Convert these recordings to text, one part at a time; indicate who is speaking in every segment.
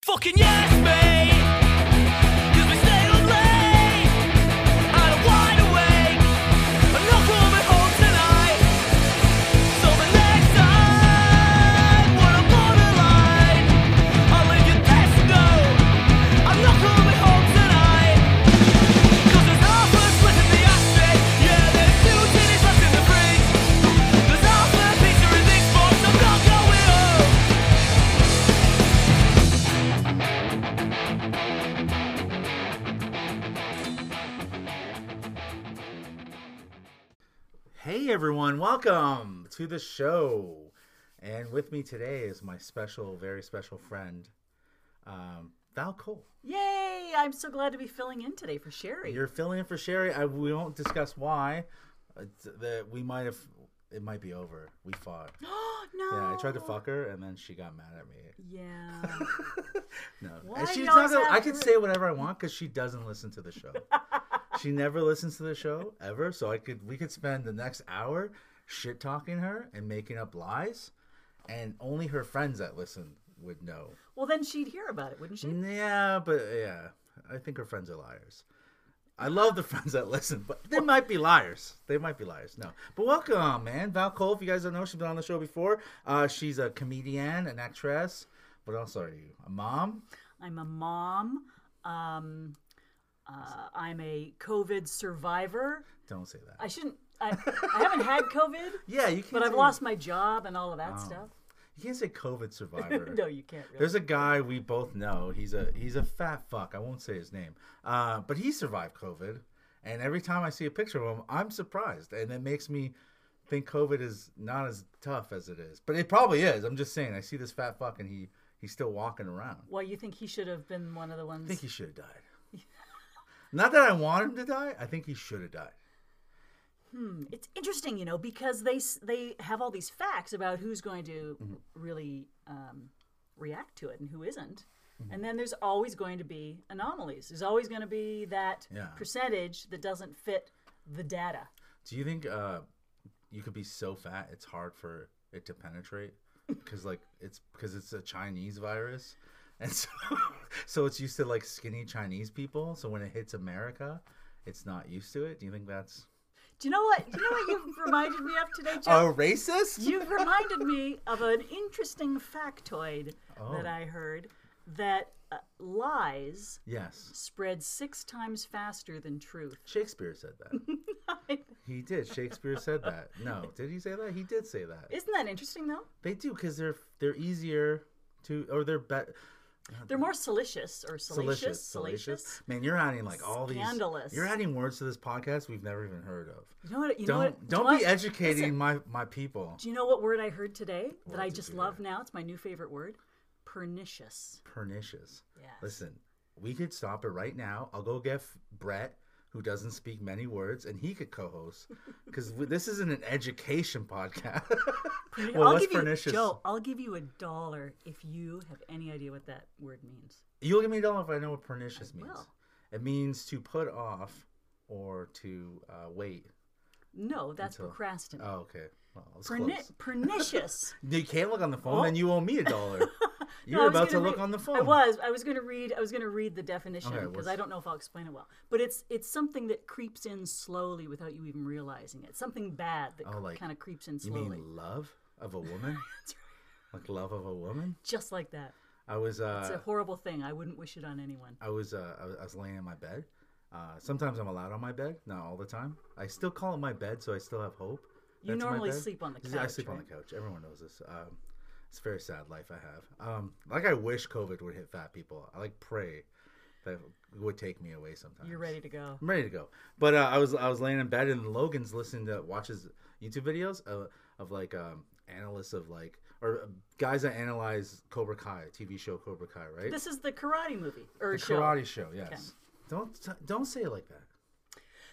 Speaker 1: fucking yes, mate. 'Cause we stay up late. And I'm wide awake. I'm not coming home tonight. So the next time, when I'm borderline, I'll leave you best know. I'm not coming home tonight. 'Cause there's half a split in the ashtray. Yeah, there's two tinnies left in the fridge. There's half a pizza in this box. I'm not going home.
Speaker 2: Hey everyone, welcome to the show. And with me today is my special, very special friend, um, Val Cole.
Speaker 3: Yay! I'm so glad to be filling in today for Sherry.
Speaker 2: You're filling in for Sherry. I, we won't discuss why. It's that we might have. It might be over. We fought.
Speaker 3: Oh, no.
Speaker 2: Yeah, I tried to fuck her, and then she got mad at me.
Speaker 3: Yeah.
Speaker 2: No, and
Speaker 3: Why
Speaker 2: she's
Speaker 3: you
Speaker 2: not.
Speaker 3: always
Speaker 2: Gonna,
Speaker 3: have
Speaker 2: I
Speaker 3: to
Speaker 2: could
Speaker 3: re-
Speaker 2: say whatever I want because she doesn't listen to the show. she never listens to the show ever. So I could. We could spend the next hour shit talking her and making up lies, and only her friends that listen would know.
Speaker 3: well, then she'd hear about it, wouldn't she?
Speaker 2: Yeah, but yeah, I think her friends are liars. I love the friends that listen, but they might be liars. They might be liars. No, but welcome, man, Val Cole. If you guys don't know, she's been on the show before. Uh, she's a comedian, an actress. What else are you? A mom?
Speaker 3: I'm a mom. Um, uh, I'm a COVID survivor.
Speaker 2: Don't say that.
Speaker 3: I shouldn't. I, I haven't had COVID,
Speaker 2: yeah, you can't.
Speaker 3: but I've
Speaker 2: say,
Speaker 3: lost my job and all of that stuff.
Speaker 2: You can't say COVID survivor.
Speaker 3: no, you can't. Really.
Speaker 2: There's a guy we both know. He's a he's a fat fuck. I won't say his name, uh, but he survived COVID. And every time I see a picture of him, I'm surprised, and it makes me think COVID is not as tough as it is. But it probably is. I'm just saying. I see this fat fuck, and he he's still walking around.
Speaker 3: well, you think he should have been one of the ones?
Speaker 2: I think he should have died. not that I want him to die. I think he should have died.
Speaker 3: it's interesting, you know, because they s- they have all these facts about who's going to really um, react to it and who isn't. And then there's always going to be anomalies. There's always going to be that
Speaker 2: Yeah.
Speaker 3: percentage that doesn't fit the data.
Speaker 2: Do you think uh, you could be so fat it's hard for it to penetrate? Because like it's because it's a Chinese virus, and so so it's used to like skinny Chinese people. So when it hits America, it's not used to it. Do you think that's
Speaker 3: Do you know what? You know what you've reminded me of today,
Speaker 2: a
Speaker 3: Jeff?
Speaker 2: racist?
Speaker 3: You've reminded me of an interesting factoid that I heard that uh, lies
Speaker 2: yes,
Speaker 3: spread six times faster than truth.
Speaker 2: Shakespeare said that. he did. Shakespeare said that. No, did he say that? He did say that.
Speaker 3: Isn't that interesting, though?
Speaker 2: they do because they're they're easier to or they're better.
Speaker 3: They're more salacious or salacious.
Speaker 2: Salacious, salacious. Man, you're adding like all
Speaker 3: Scandalous.
Speaker 2: these. You're adding words to this podcast we've never even heard of.
Speaker 3: You know what? You
Speaker 2: don't
Speaker 3: know what,
Speaker 2: don't
Speaker 3: do you
Speaker 2: be
Speaker 3: know what-
Speaker 2: educating
Speaker 3: listen,
Speaker 2: my my people.
Speaker 3: do you know what word I heard today that I
Speaker 2: did
Speaker 3: just
Speaker 2: you
Speaker 3: love now? It's my new favorite word. Pernicious.
Speaker 2: Pernicious.
Speaker 3: Yes.
Speaker 2: Listen, we could stop it right now. I'll go get F- Brett, who doesn't speak many words, and he could co-host because this isn't an education podcast. well,
Speaker 3: I'll
Speaker 2: what's
Speaker 3: give you,
Speaker 2: pernicious?
Speaker 3: Joe, I'll give you a dollar if you have any idea what that word means.
Speaker 2: You'll give me a dollar if I know what pernicious means.
Speaker 3: will.
Speaker 2: It means to put off or to uh, wait.
Speaker 3: No, that's
Speaker 2: Until-
Speaker 3: procrastinate.
Speaker 2: Oh, okay. Well, it's
Speaker 3: Perni-
Speaker 2: close.
Speaker 3: pernicious.
Speaker 2: You can't look on the phone,
Speaker 3: Oh.
Speaker 2: then you owe me a dollar.
Speaker 3: No,
Speaker 2: You're
Speaker 3: I was
Speaker 2: about to
Speaker 3: gonna
Speaker 2: look
Speaker 3: read-
Speaker 2: on the phone.
Speaker 3: I was. I was going to read. I was going to read the definition
Speaker 2: Okay,
Speaker 3: because
Speaker 2: what's-
Speaker 3: I don't know if I'll explain it well. But it's it's something that creeps in slowly without you even realizing it. Something bad that
Speaker 2: Oh, like,
Speaker 3: kind of creeps in
Speaker 2: You
Speaker 3: slowly.
Speaker 2: mean love of a woman? like love of a woman?
Speaker 3: just like that.
Speaker 2: I was
Speaker 3: It's
Speaker 2: uh,
Speaker 3: a horrible thing. I wouldn't wish it on anyone.
Speaker 2: I was uh, I was- I was laying in my bed. Uh, sometimes I'm allowed on my bed, not all the time. I still call it my bed, so I still have hope.
Speaker 3: You
Speaker 2: my
Speaker 3: normally
Speaker 2: bed.
Speaker 3: sleep on the
Speaker 2: Yeah, I
Speaker 3: couch,
Speaker 2: sleep on
Speaker 3: right?
Speaker 2: the couch. Everyone knows this. Um, it's a very sad life I have. Um, like I wish COVID would hit fat people. I like pray that it would take me away sometimes.
Speaker 3: You're ready to go.
Speaker 2: I'm ready to go. But uh, I was I was laying in bed and Logan's listening to watches YouTube videos of, of like um, analysts of like or uh, guys that analyze Cobra Kai TV show Cobra Kai right
Speaker 3: This is the karate movie or
Speaker 2: the
Speaker 3: show.
Speaker 2: karate show yes don't t- don't say it like that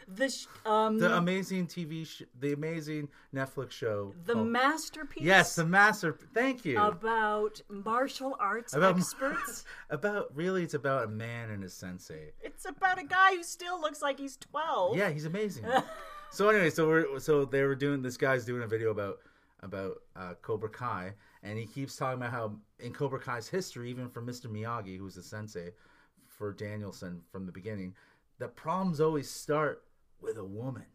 Speaker 3: The sh- um
Speaker 2: the
Speaker 3: the,
Speaker 2: amazing TV sh- the amazing Netflix show called-
Speaker 3: masterpiece.
Speaker 2: Oh. yes the master thank you
Speaker 3: About martial arts
Speaker 2: About mar-
Speaker 3: experts.
Speaker 2: about really it's about a man and his sensei
Speaker 3: it's about a guy who still looks like he's 12.
Speaker 2: Yeah, he's amazing. so anyway, so we're so they were doing this guy's doing a video about about uh, Cobra Kai, and he keeps talking about how in Cobra Kai's history, even for Mr. Miyagi, who was the sensei for Danielson from the beginning, the problems always start with a woman.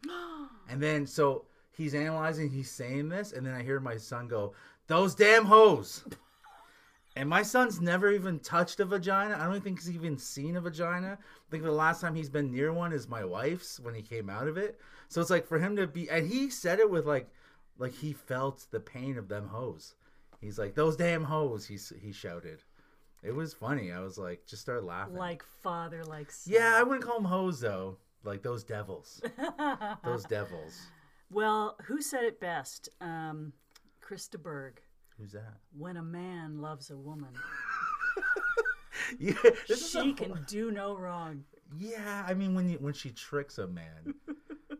Speaker 2: and then so he's analyzing, he's saying this, and then I hear my son go, "Those damn hoes." And my son's never even touched a vagina. I don't think he's even seen a vagina. I think the last time he's been near one is my wife's when he came out of it. So it's like for him to be, and he said it with like, like he felt the pain of them hoes. He's like those damn hoes. He s- he shouted. It was funny. I was like, just start laughing.
Speaker 3: Like father, like son.
Speaker 2: yeah, I wouldn't call them hoes though. Like those devils. those devils.
Speaker 3: Well, who said it best? Um, Krista Berg.
Speaker 2: Who's that?
Speaker 3: When a man loves a woman,
Speaker 2: Yeah, this is a
Speaker 3: she can do no wrong.
Speaker 2: Yeah, I mean when you, when she tricks a man.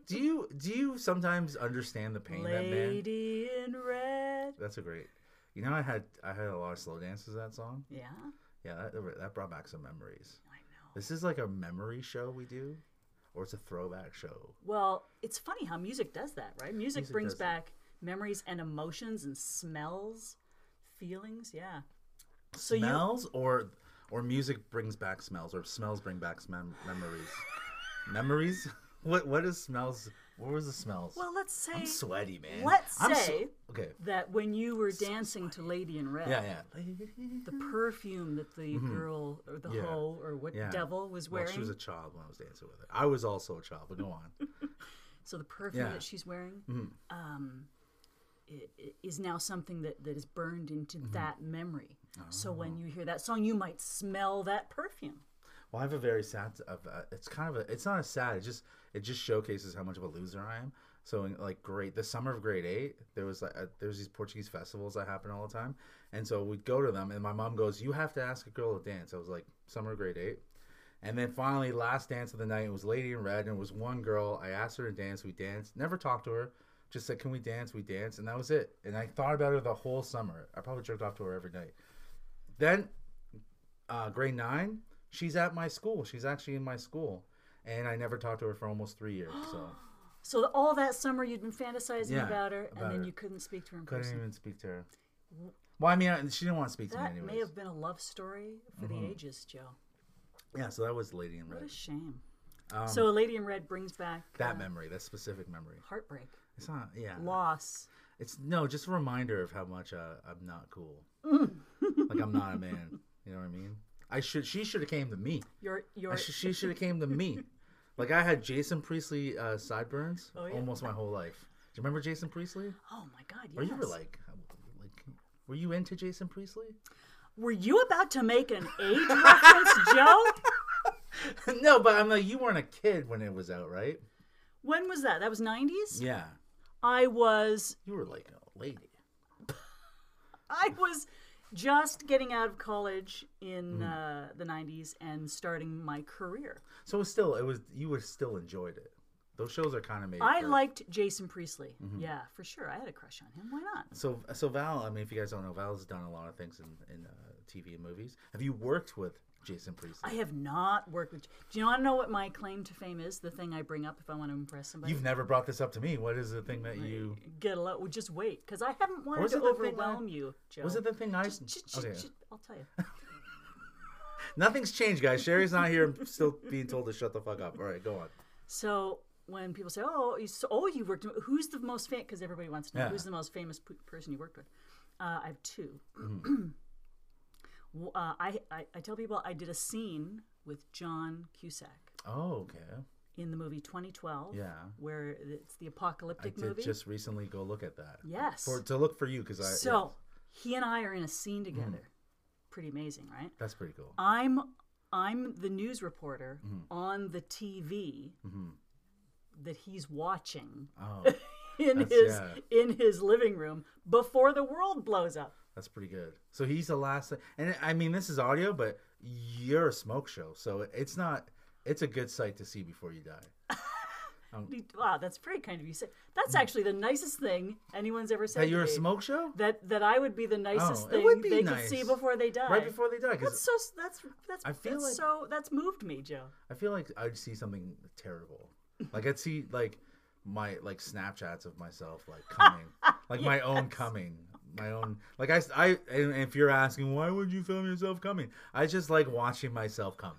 Speaker 2: do you do you sometimes understand the pain that man?
Speaker 3: Lady in red.
Speaker 2: That's a great. You know, I had I had a lot of slow dances to that song.
Speaker 3: Yeah,
Speaker 2: Yeah, that, that brought back some memories.
Speaker 3: I know.
Speaker 2: This is like a memory show we do, or it's a throwback show.
Speaker 3: Well, it's funny how music does that, right? Music,
Speaker 2: Music
Speaker 3: brings
Speaker 2: does that.
Speaker 3: back memories and emotions and smells, feelings. Yeah. So you
Speaker 2: smells or or music brings back smells, or smells bring back mem- memories. memories. What what is smells? What was the smells?
Speaker 3: well, let's say
Speaker 2: I'm sweaty, man.
Speaker 3: let's
Speaker 2: I'm sw-
Speaker 3: say-
Speaker 2: okay.
Speaker 3: that when you were dancing to Lady in Red,
Speaker 2: Yeah, yeah.
Speaker 3: the perfume that the girl or the
Speaker 2: Yeah.
Speaker 3: hoe or what
Speaker 2: Yeah.
Speaker 3: devil was wearing.
Speaker 2: Well, she was a child when I was dancing with her. I was also a child, but go on.
Speaker 3: So the perfume
Speaker 2: Yeah. Mm-hmm.
Speaker 3: that she's wearing um, i- i- is now something that, that is burned into
Speaker 2: Mm-hmm.
Speaker 3: that memory.
Speaker 2: Oh.
Speaker 3: So when you hear that song, you might smell that perfume.
Speaker 2: Well, I have a very sad. Of, uh, it's kind of a. It's not a sad. It just it just showcases how much of a loser I am. So in like grade the summer of grade eight, there was like uh, there's these Portuguese festivals that happen all the time, and so we'd go to them, and my mom goes, "You have to ask a girl to dance." I was like, summer of grade eight, and then finally last dance of the night it was Lady in Red, and it was one girl. I asked her to dance. We danced. Never talked to her. Just said, "Can we dance?" We danced, and that was it. And I thought about her the whole summer. I probably jerked off to her every night. Then uh, grade nine, she's at my school. She's actually in my school, and I never talked to her for almost three years. So
Speaker 3: So th- all that summer you'd been fantasizing
Speaker 2: Yeah,
Speaker 3: about her,
Speaker 2: about
Speaker 3: and then
Speaker 2: her.
Speaker 3: you couldn't speak to her in
Speaker 2: couldn't
Speaker 3: person.
Speaker 2: even speak to her. Well, I mean, I- she didn't want to speak to me
Speaker 3: That
Speaker 2: anyways. Mm-hmm.
Speaker 3: may have been a love story for the ages, Joe.
Speaker 2: Yeah, so that was Lady in
Speaker 3: What
Speaker 2: Red.
Speaker 3: a shame.
Speaker 2: Um,
Speaker 3: so a lady in red brings back
Speaker 2: That
Speaker 3: uh,
Speaker 2: memory, that specific memory.
Speaker 3: heartbreak,
Speaker 2: It's not. Yeah.
Speaker 3: loss.
Speaker 2: It's no, just a reminder of how much uh, I'm not cool. like I'm not a man. You know what I mean? I should. She should have came to me.
Speaker 3: Your
Speaker 2: I
Speaker 3: your
Speaker 2: sh- she should have came to me. Like I had Jason Priestley uh, sideburns
Speaker 3: Oh, yeah.
Speaker 2: almost my whole life. Do you remember Jason Priestley?
Speaker 3: oh my God! Yes.
Speaker 2: Were you were like, like, were you into Jason Priestley?
Speaker 3: Were you about to make an age reference, Joe?
Speaker 2: no, but I'm like, you weren't a kid when it was out, right?
Speaker 3: When was that? That was nineties.
Speaker 2: Yeah,
Speaker 3: I was
Speaker 2: you were like a lady.
Speaker 3: I was just getting out of college
Speaker 2: Mm-hmm.
Speaker 3: in uh, the '90s and starting my career.
Speaker 2: So it was still, it was you were still enjoyed it. Those shows are kind of made.
Speaker 3: I
Speaker 2: for-
Speaker 3: liked Jason Priestley.
Speaker 2: Mm-hmm.
Speaker 3: Yeah, for sure. I had a crush on him. Why not?
Speaker 2: So so Val. I mean, if you guys don't know, Val's done a lot of things in in uh, TV and movies. Have you worked with Jason Priestley?
Speaker 3: I have not worked with. Do you know? I don't know what my claim to fame is. The thing I bring up if I want to impress somebody.
Speaker 2: You've never brought this up to me. What is the thing that you?
Speaker 3: Get a lot. Well, just wait, because I haven't wanted
Speaker 2: was
Speaker 3: to
Speaker 2: it the thing
Speaker 3: overwhelm
Speaker 2: that-
Speaker 3: you, Joe.
Speaker 2: Was it the thing I?
Speaker 3: Ch- ch-
Speaker 2: okay.
Speaker 3: ch- I'll tell you.
Speaker 2: Nothing's changed, guys. Sherry's not here. I'm still being told to shut the fuck up. All right, go on.
Speaker 3: So when people say, "Oh, you, so, oh, you worked," with- who's the most famous? Because everybody wants to know
Speaker 2: Yeah.
Speaker 3: who's the most famous p- person you worked with. Uh, I have 2
Speaker 2: Mm-hmm.
Speaker 3: W- uh, I, I I tell people I did a scene with John Cusack
Speaker 2: Oh, okay.
Speaker 3: in the movie 2012.
Speaker 2: Yeah.
Speaker 3: where it's the
Speaker 2: I
Speaker 3: apocalyptic
Speaker 2: did
Speaker 3: movie.
Speaker 2: just recently go look at that.
Speaker 3: Yes.
Speaker 2: For uh, Mm-hmm. to look for you because I.
Speaker 3: so he and I are in a scene together. Pretty amazing, right?
Speaker 2: That's pretty cool.
Speaker 3: I'm I'm the news reporter
Speaker 2: Mm-hmm.
Speaker 3: on the TV that he's watching
Speaker 2: Oh,
Speaker 3: in
Speaker 2: That's-
Speaker 3: his
Speaker 2: yeah.
Speaker 3: in his living room before the world blows up.
Speaker 2: that's pretty good. So he's the last, and I mean this is audio, but you're a smoke show, so it's not. It's a good sight to see before you die.
Speaker 3: Wow, that's very kind of you. to Say that's actually the nicest thing anyone's ever said.
Speaker 2: Mm. That
Speaker 3: to
Speaker 2: you're a
Speaker 3: me.
Speaker 2: smoke show,
Speaker 3: That that I would be the nicest
Speaker 2: Oh, it
Speaker 3: thing
Speaker 2: would be
Speaker 3: they
Speaker 2: nice.
Speaker 3: could see before they die.
Speaker 2: right before they die,
Speaker 3: That's
Speaker 2: because
Speaker 3: so. That's that's.
Speaker 2: I feel
Speaker 3: that's
Speaker 2: like-
Speaker 3: so. That's moved me, Joe.
Speaker 2: I feel like I'd see something terrible. Like I'd see like my like Snapchats of myself like coming, like my own coming, my own like I s- I- and if you're asking why would you film yourself coming, I just like watching myself come.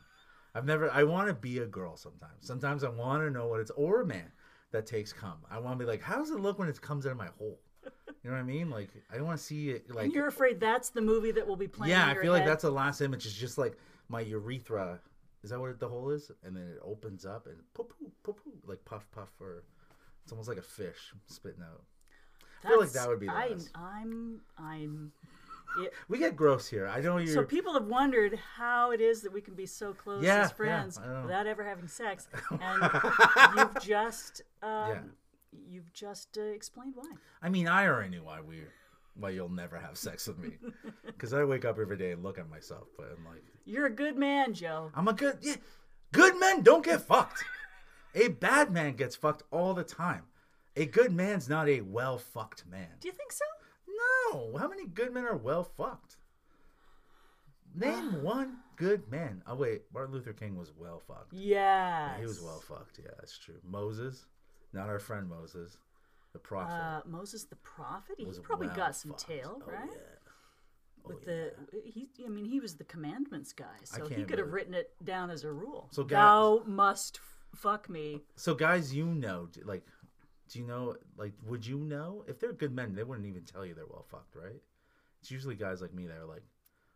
Speaker 2: I've never I want to be a girl sometimes. Sometimes I want to know what it's or a man that takes cum. I want to be like how does it look when it comes out of my hole? You know what I mean? Like I want to see it like
Speaker 3: You're afraid that's the movie that will be playing.
Speaker 2: yeah,
Speaker 3: in
Speaker 2: I
Speaker 3: your
Speaker 2: feel like
Speaker 3: head?
Speaker 2: that's the last image. It's just like my urethra. Is that what the hole is? And then it opens up and poo poo poo poo, like puff puff, or it's almost like a fish spitting out. I feel like
Speaker 3: That's-
Speaker 2: that would be the
Speaker 3: I,
Speaker 2: best.
Speaker 3: I'm. I'm.
Speaker 2: We get gross here. I know you're.
Speaker 3: So people have wondered how it is that we can be so close
Speaker 2: Yeah, yeah,
Speaker 3: as friends
Speaker 2: I don't know.
Speaker 3: without ever having sex, and you've just. Um,
Speaker 2: yeah.
Speaker 3: You've just uh, explained why.
Speaker 2: I mean, I already knew why we, why you'll never have sex with me, because I wake up every day and look at myself, but I'm like,
Speaker 3: You're a good man, Joe.
Speaker 2: I'm a good, yeah, good men don't get fucked. A bad man gets fucked all the time. A good man's not a well fucked man.
Speaker 3: Do you think so?
Speaker 2: No. How many good men are well fucked? Name one good man. Oh wait, Martin Luther King was well fucked.
Speaker 3: Yeah.
Speaker 2: He was well fucked. Yeah, that's true. Moses, not our friend Moses, the prophet.
Speaker 3: Uh, Moses the prophet. He
Speaker 2: was
Speaker 3: probably
Speaker 2: well
Speaker 3: got some
Speaker 2: fucked.
Speaker 3: tail,
Speaker 2: Oh,
Speaker 3: right?
Speaker 2: yeah. Oh,
Speaker 3: With the he, I mean, he was the commandments guy, so he
Speaker 2: can't
Speaker 3: could have
Speaker 2: really-
Speaker 3: written it down as a rule.
Speaker 2: So guys-
Speaker 3: thou must f- fuck me.
Speaker 2: So guys, you know, d- like, do you know, like, would you know if they're good men? They wouldn't even tell you they're well fucked, right? It's usually guys like me that are like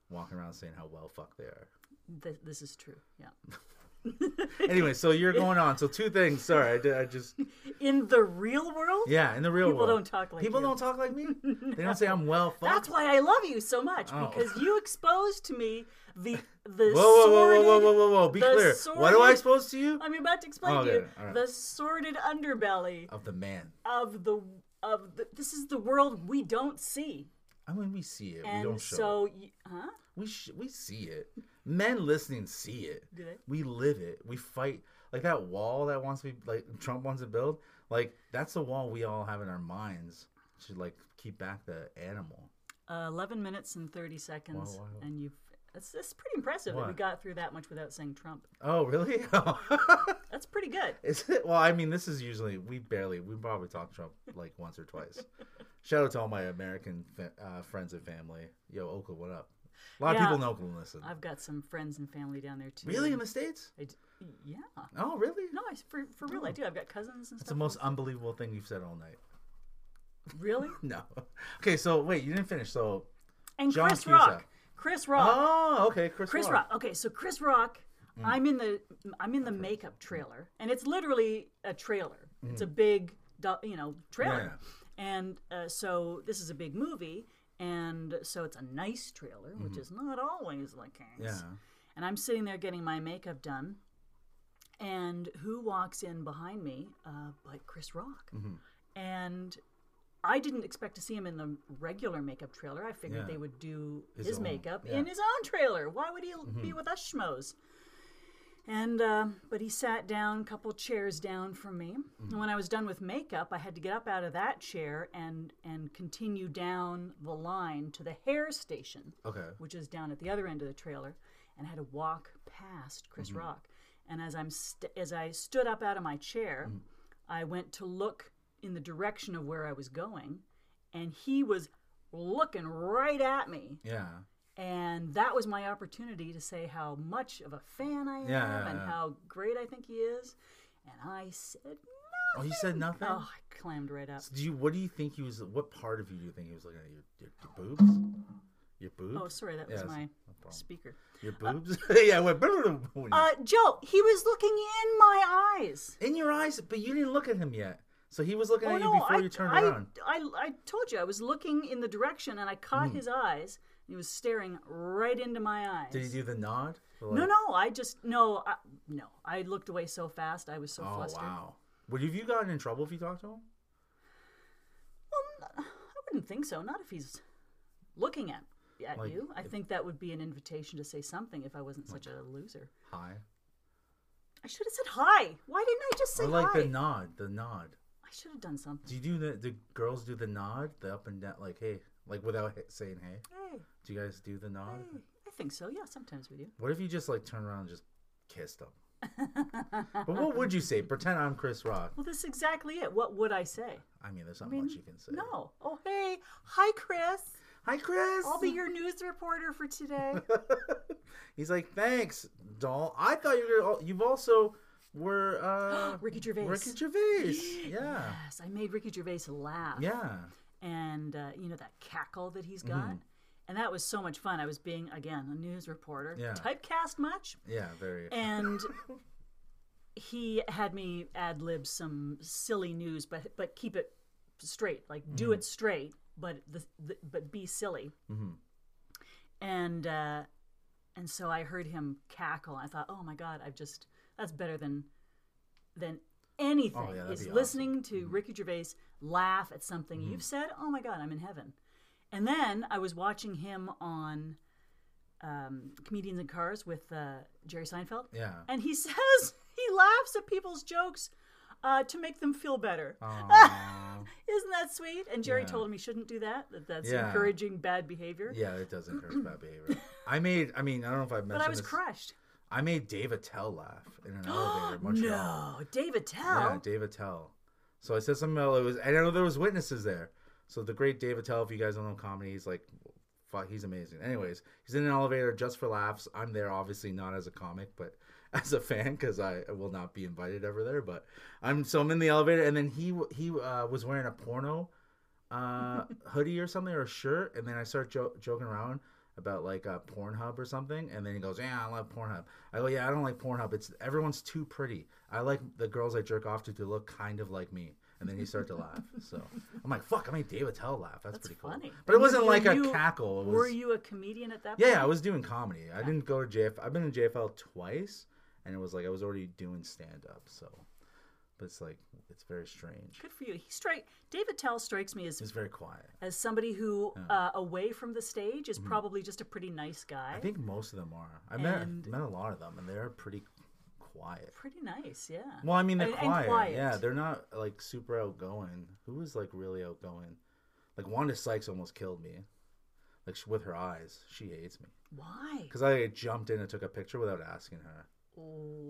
Speaker 2: walking around saying how well fucked they are.
Speaker 3: Th- this is true. Yeah.
Speaker 2: anyway, so you're going on. So two things. Sorry, I, did, I just
Speaker 3: In the real world,
Speaker 2: Yeah, in the real
Speaker 3: People
Speaker 2: world.
Speaker 3: don't talk like
Speaker 2: People
Speaker 3: you.
Speaker 2: don't talk like me. They don't say I'm well fucked.
Speaker 3: that's why I love you so much
Speaker 2: Oh.
Speaker 3: because you exposed to me the the
Speaker 2: whoa, whoa, whoa,
Speaker 3: sordid,
Speaker 2: whoa, whoa, whoa, whoa! Be
Speaker 3: the
Speaker 2: clear. What do I
Speaker 3: sordid-
Speaker 2: expose to you?
Speaker 3: I'm about to explain to you
Speaker 2: Okay, all right.
Speaker 3: the sordid underbelly
Speaker 2: Of the man.
Speaker 3: of the of the, this is the world we don't see,
Speaker 2: I mean, we see it. we
Speaker 3: and
Speaker 2: don't show. it.
Speaker 3: so y- huh?
Speaker 2: We sh- we see it. Men listening see it.
Speaker 3: Do they?
Speaker 2: We live it. We fight like that wall that wants to be like Trump wants to build. Like that's the wall we all have in our minds to like keep back the animal.
Speaker 3: Uh, 11 minutes and 30 seconds,
Speaker 2: Wow, wow.
Speaker 3: and you've. That's, that's pretty impressive that we
Speaker 2: What?
Speaker 3: got through that much without saying Trump.
Speaker 2: Oh, really?
Speaker 3: That's pretty good.
Speaker 2: Is it? Well, I mean, this is usually we barely we probably talk Trump like once or twice. Shout out to all my American fa- uh, friends and family. Yo, Oakland, what up? A lot of
Speaker 3: Yeah.
Speaker 2: people in Oakland listen.
Speaker 3: I've got some friends and family down there too.
Speaker 2: really in the states?
Speaker 3: I d- yeah.
Speaker 2: Oh, really?
Speaker 3: No, I, for, for real, I do. I've got cousins
Speaker 2: Oh.
Speaker 3: and
Speaker 2: That's the
Speaker 3: stuff.
Speaker 2: most unbelievable thing you've said all night.
Speaker 3: Really?
Speaker 2: No. Okay, so wait, you didn't finish. So,
Speaker 3: And
Speaker 2: John
Speaker 3: Chris
Speaker 2: Cusack.
Speaker 3: Rock. Chris Rock.
Speaker 2: oh, okay, Chris.
Speaker 3: Chris Rock. Okay, so Chris Rock, I'm in the I'm in the makeup trailer, and it's literally a trailer. It's a big, do- you know, trailer. And uh, so this is a big movie, and so it's a nice trailer, which is not always the case.
Speaker 2: Yeah.
Speaker 3: And I'm sitting there getting my makeup done, and who walks in behind me? Uh, but Chris Rock.
Speaker 2: Mm-hmm.
Speaker 3: And I didn't expect to see him in the regular makeup trailer. I figured
Speaker 2: Yeah.
Speaker 3: they would do his,
Speaker 2: His own,
Speaker 3: makeup
Speaker 2: yeah. Mm-hmm.
Speaker 3: in his own trailer. Why would he l- be with us schmoes? And um, but he sat down, couple chairs down from me.
Speaker 2: Mm-hmm.
Speaker 3: And when I was done with makeup, I had to get up out of that chair and and continue down the line to the hair station
Speaker 2: Okay.
Speaker 3: which is down at the other end of the trailer, and had to walk past Chris
Speaker 2: Mm-hmm.
Speaker 3: Rock. And as I'm st- as I stood up out of my chair,
Speaker 2: Mm-hmm.
Speaker 3: I went to look in the direction of where I was going, and he was looking right at me.
Speaker 2: Yeah.
Speaker 3: And that was my opportunity to say how much of a fan I am
Speaker 2: Yeah, yeah,
Speaker 3: and
Speaker 2: yeah.
Speaker 3: how great I think he is. And I said,
Speaker 2: Oh, you said nothing.
Speaker 3: "Oh, I clammed right up."
Speaker 2: So do you? What do you think he was? What part of you do you think he was looking at? Your, your, your boobs? Your boobs?
Speaker 3: Oh, sorry, that was
Speaker 2: Yes,
Speaker 3: my
Speaker 2: no problem.
Speaker 3: speaker.
Speaker 2: Your boobs? yeah. What?
Speaker 3: Uh, Joe, he was looking in my eyes.
Speaker 2: In your eyes, but you didn't look at him yet. So he was looking
Speaker 3: Oh,
Speaker 2: at
Speaker 3: no,
Speaker 2: you before
Speaker 3: I,
Speaker 2: you turned
Speaker 3: I,
Speaker 2: around.
Speaker 3: I, I told you I was looking in the direction and I
Speaker 2: Hmm.
Speaker 3: caught his eyes. And he was staring right into my eyes.
Speaker 2: Did he do the nod? The,
Speaker 3: no,
Speaker 2: like,
Speaker 3: no, I just no, I, no. I looked away so fast. I was so
Speaker 2: Oh
Speaker 3: flustered.
Speaker 2: wow. Would you- have you gotten in trouble if you talked to him?
Speaker 3: Well, n- I wouldn't think so. Not if he's looking at at
Speaker 2: Like,
Speaker 3: you. I think that would be an invitation to say something if I wasn't such a loser.
Speaker 2: Hi.
Speaker 3: I should have said hi. Why didn't I just say
Speaker 2: Or like
Speaker 3: hi?
Speaker 2: the nod, the nod.
Speaker 3: I should have done something.
Speaker 2: Do you do the the girls do the nod, the up and down, like hey, like without he- saying hey?
Speaker 3: Hey,
Speaker 2: Do you guys do the nod?
Speaker 3: hey. I think so. Yeah, sometimes we do.
Speaker 2: What if you just like turn around and just kissed them? But what would you say? Pretend I'm Chris Rock.
Speaker 3: Well, that's exactly it. What would I say?
Speaker 2: I mean, there's not much you can say.
Speaker 3: No. Oh, hey. Hi, Chris.
Speaker 2: Hi, Chris.
Speaker 3: I'll be your news reporter for today.
Speaker 2: He's like, thanks, doll. I thought you were. al- You've also were uh,
Speaker 3: Ricky Gervais.
Speaker 2: Ricky Gervais. Yeah.
Speaker 3: Yes, I made Ricky Gervais laugh.
Speaker 2: Yeah. Mm-hmm.
Speaker 3: And, uh, you know, that cackle that he's got. And that was so much fun. I was being, again, a news reporter.
Speaker 2: Yeah.
Speaker 3: Typecast much.
Speaker 2: Yeah. Very.
Speaker 3: And he had me ad lib some silly news, but but keep it straight. Like,
Speaker 2: Mm-hmm.
Speaker 3: do it straight, but the, the, but be silly. And uh, and so I heard him cackle. I thought, oh my god, I've just that's better than than anything.
Speaker 2: Oh, yeah, that'd
Speaker 3: is
Speaker 2: be Mm-hmm.
Speaker 3: listening to Ricky Gervais laugh at something you've said. Oh my god, I'm in heaven. And then I was watching him on um, Comedians in Cars with uh, Jerry Seinfeld.
Speaker 2: yeah.
Speaker 3: And he says he laughs at people's jokes uh, to make them feel better.
Speaker 2: Aw.
Speaker 3: Isn't that sweet? And
Speaker 2: Oh.
Speaker 3: Jerry
Speaker 2: Yeah.
Speaker 3: told him he shouldn't do that. That that's
Speaker 2: Yeah.
Speaker 3: encouraging bad behavior.
Speaker 2: yeah. It does encourage bad behavior. I made. I mean, I don't know if I mentioned.
Speaker 3: But I was
Speaker 2: this.
Speaker 3: crushed.
Speaker 2: I made Dave Attell laugh in an elevator in Montreal.
Speaker 3: No, David
Speaker 2: Yeah,
Speaker 3: Tell.
Speaker 2: Dave Attell. So I said something about it was, and I know there was witnesses there. So the great Dave Attell, if you guys don't know comedy, he's like, fuck, he's amazing. Anyways, he's in an elevator just for laughs. I'm there, obviously not as a comic, but as a fan because I will not be invited ever there. But I'm so I'm in the elevator, and then he w- he uh, was wearing a porno uh, hoodie or something or a shirt, and then I start jo- joking around about like uh, Pornhub or something, and then he goes, "Yeah, I love Pornhub." I go, "Yeah, I don't like Pornhub. It's everyone's too pretty. I like the girls I jerk off to to look kind of like me." And then he started to laugh. So I'm like, "Fuck!" I made David Tell laugh. That's,
Speaker 3: That's
Speaker 2: pretty cool.
Speaker 3: funny.
Speaker 2: But it
Speaker 3: And
Speaker 2: wasn't
Speaker 3: were
Speaker 2: like a
Speaker 3: you-
Speaker 2: cackle. It was,
Speaker 3: Were you a comedian at that
Speaker 2: yeah,
Speaker 3: point?
Speaker 2: I was doing comedy. I didn't go to JF. I've been in JFL twice, and it was like I was already doing stand up. So, but it's like it's very strange.
Speaker 3: Good for you. He strike David Tell strikes me as
Speaker 2: It's very quiet.
Speaker 3: as somebody who uh, away from the stage is probably just a pretty nice guy.
Speaker 2: Mm-hmm. I think most of them are. I met
Speaker 3: And-
Speaker 2: met a lot of them, and they're pretty quiet.
Speaker 3: pretty nice, yeah.
Speaker 2: Well, I mean they're
Speaker 3: And- and
Speaker 2: quiet.
Speaker 3: quiet.
Speaker 2: Yeah, they're not like super outgoing. Who is like really outgoing? Like Wanda Sykes almost killed me. Like sh- with her eyes, she hates me
Speaker 3: Why?
Speaker 2: because I jumped in and took a picture without asking her.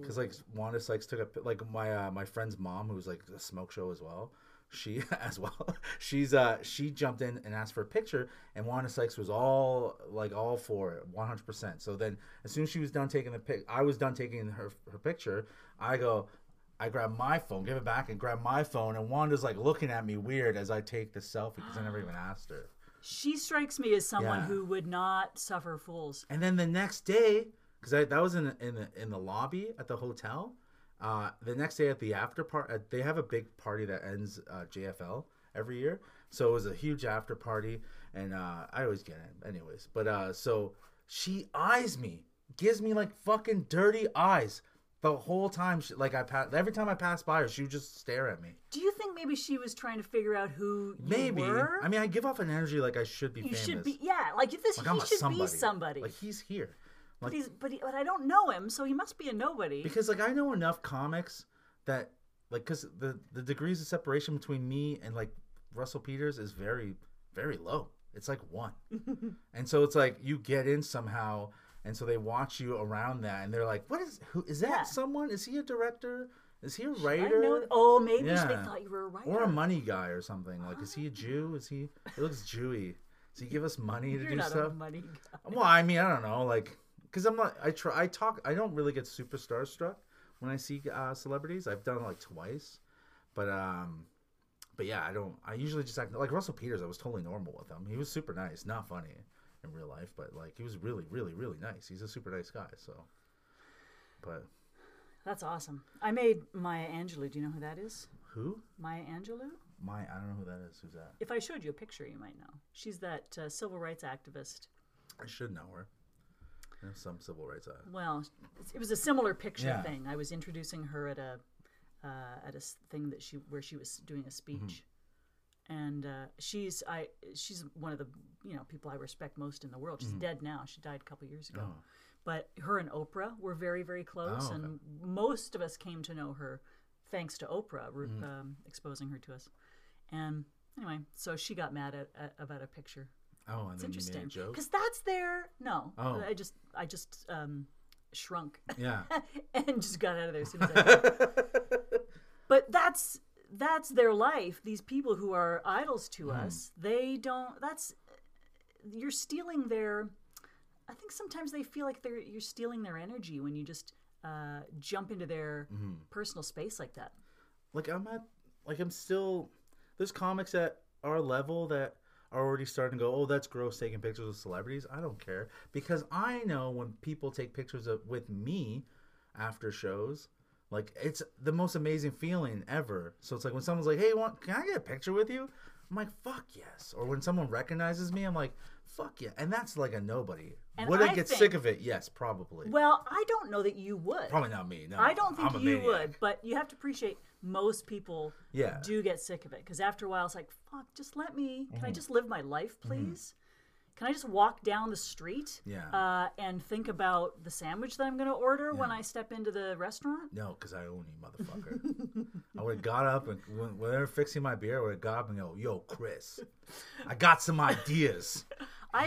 Speaker 2: Because like Wanda Sykes took a pi- like my uh, my friend's mom who's like a smoke show as well. She as well. She's uh she jumped in and asked for a picture, and Wanda Sykes was all like all for it, one hundred percent. So then, as soon as she was done taking the pic, I was done taking her her picture. I go, I grab my phone, give it back, and grab my phone, and Wanda's like looking at me weird as I take the selfie because I never even asked her.
Speaker 3: She strikes me as someone
Speaker 2: Yeah.
Speaker 3: who would not suffer fools.
Speaker 2: And then the next day, because that was in in the, in the lobby at the hotel. Uh, the next day at the after part, uh, they have a big party that ends uh, JFL every year. So it was a huge after party, and uh, I always get it, anyways. But uh, so she eyes me, gives me like fucking dirty eyes the whole time. She, like I pass, every time I pass by her, she would just stare at me.
Speaker 3: Do you think maybe she was trying to figure out who you
Speaker 2: Maybe
Speaker 3: were?
Speaker 2: I mean I give off an energy like I should be
Speaker 3: you
Speaker 2: famous.
Speaker 3: should be. Yeah, like if this,
Speaker 2: like
Speaker 3: he
Speaker 2: I'm a
Speaker 3: should
Speaker 2: somebody.
Speaker 3: be somebody.
Speaker 2: Like he's here.
Speaker 3: but, he's, but, he, but I don't know him, so he must be a nobody.
Speaker 2: because like I know enough comics that like because the the degrees of separation between me and like Russell Peters is very very low. It's like one, and so it's like you get in somehow, and so they watch you around that, and they're like, "What is who is that?
Speaker 3: Yeah.
Speaker 2: Someone is he a director? Is he a
Speaker 3: I
Speaker 2: writer?"
Speaker 3: know. Oh, maybe they
Speaker 2: Yeah.
Speaker 3: thought you were a writer. Ah.
Speaker 2: or a money guy or something. Like, is he a Jew? Is he? It looks Jewy. Does he give us money to
Speaker 3: You're
Speaker 2: do
Speaker 3: not
Speaker 2: stuff?
Speaker 3: a money guy.
Speaker 2: Well, I mean, I don't know, like, because I'm not. I try. I talk. I don't really get super starstruck when I see uh, celebrities. I've done it like twice, but um, but yeah, I don't. I usually just act like Russell Peters. I was totally normal with him. He was super nice, not funny in real life, but like he was really, really, really nice. He's a super nice guy. So, but
Speaker 3: That's awesome. I made Maya Angelou. Do you know who that is?
Speaker 2: who?
Speaker 3: Maya Angelou?
Speaker 2: My, I don't know who that is. Who's that?
Speaker 3: If I showed you a picture, you might know. She's that uh, civil rights activist.
Speaker 2: I should know her. I know some civil rights. Uh,
Speaker 3: Well, it's- it was a similar picture
Speaker 2: Yeah.
Speaker 3: thing. I was introducing her at a uh, at a s- thing that she where she was doing a speech,
Speaker 2: Mm-hmm.
Speaker 3: and uh, she's I she's one of the you know people I respect most in the world.
Speaker 2: Mm-hmm.
Speaker 3: She's dead now. She died a couple years ago. But her and Oprah were very very close,
Speaker 2: Oh. okay.
Speaker 3: and most of us came to know her thanks to Oprah re-
Speaker 2: Mm.
Speaker 3: um, exposing her to us. And anyway, so she got mad at, at about a picture
Speaker 2: oh, and then you made a
Speaker 3: interesting
Speaker 2: joke.
Speaker 3: because that's their no
Speaker 2: Oh.
Speaker 3: i just i just um shrunk
Speaker 2: Yeah.
Speaker 3: and just got out of there as soon as I could. but that's that's their life. These people who are idols to us, they don't. That's you're stealing their. I think sometimes they feel like they're you're stealing their energy when you just uh, jump into their personal space like that.
Speaker 2: like I'm at like I'm still there's comics at our level that are already starting to go, oh, that's gross taking pictures of celebrities. I don't care because I know when people take pictures of with me after shows, like it's the most amazing feeling ever. So it's like when someone's like, hey, want, can I get a picture with you? I'm like, fuck yes. Or when someone recognizes me, I'm like, fuck yeah. And that's like a nobody.
Speaker 3: And
Speaker 2: Would I,
Speaker 3: I
Speaker 2: get
Speaker 3: think-
Speaker 2: sick of it? Yes, probably.
Speaker 3: Well, I don't know that you would.
Speaker 2: probably not me. No,
Speaker 3: I don't think
Speaker 2: I'm a
Speaker 3: you
Speaker 2: maniac.
Speaker 3: would, but you have to appreciate most people
Speaker 2: Yeah.
Speaker 3: do get sick of it because after a while it's like, fuck, just let me. Can
Speaker 2: Mm-hmm.
Speaker 3: I just live my life, please? Can I just walk down the street
Speaker 2: Yeah.
Speaker 3: uh, and think about the sandwich that I'm going to order when I step into the restaurant?
Speaker 2: No, because I own you, motherfucker. I would have got up and when, when they were fixing my beer, I would have got up and go, yo, Chris, I got some ideas.
Speaker 3: I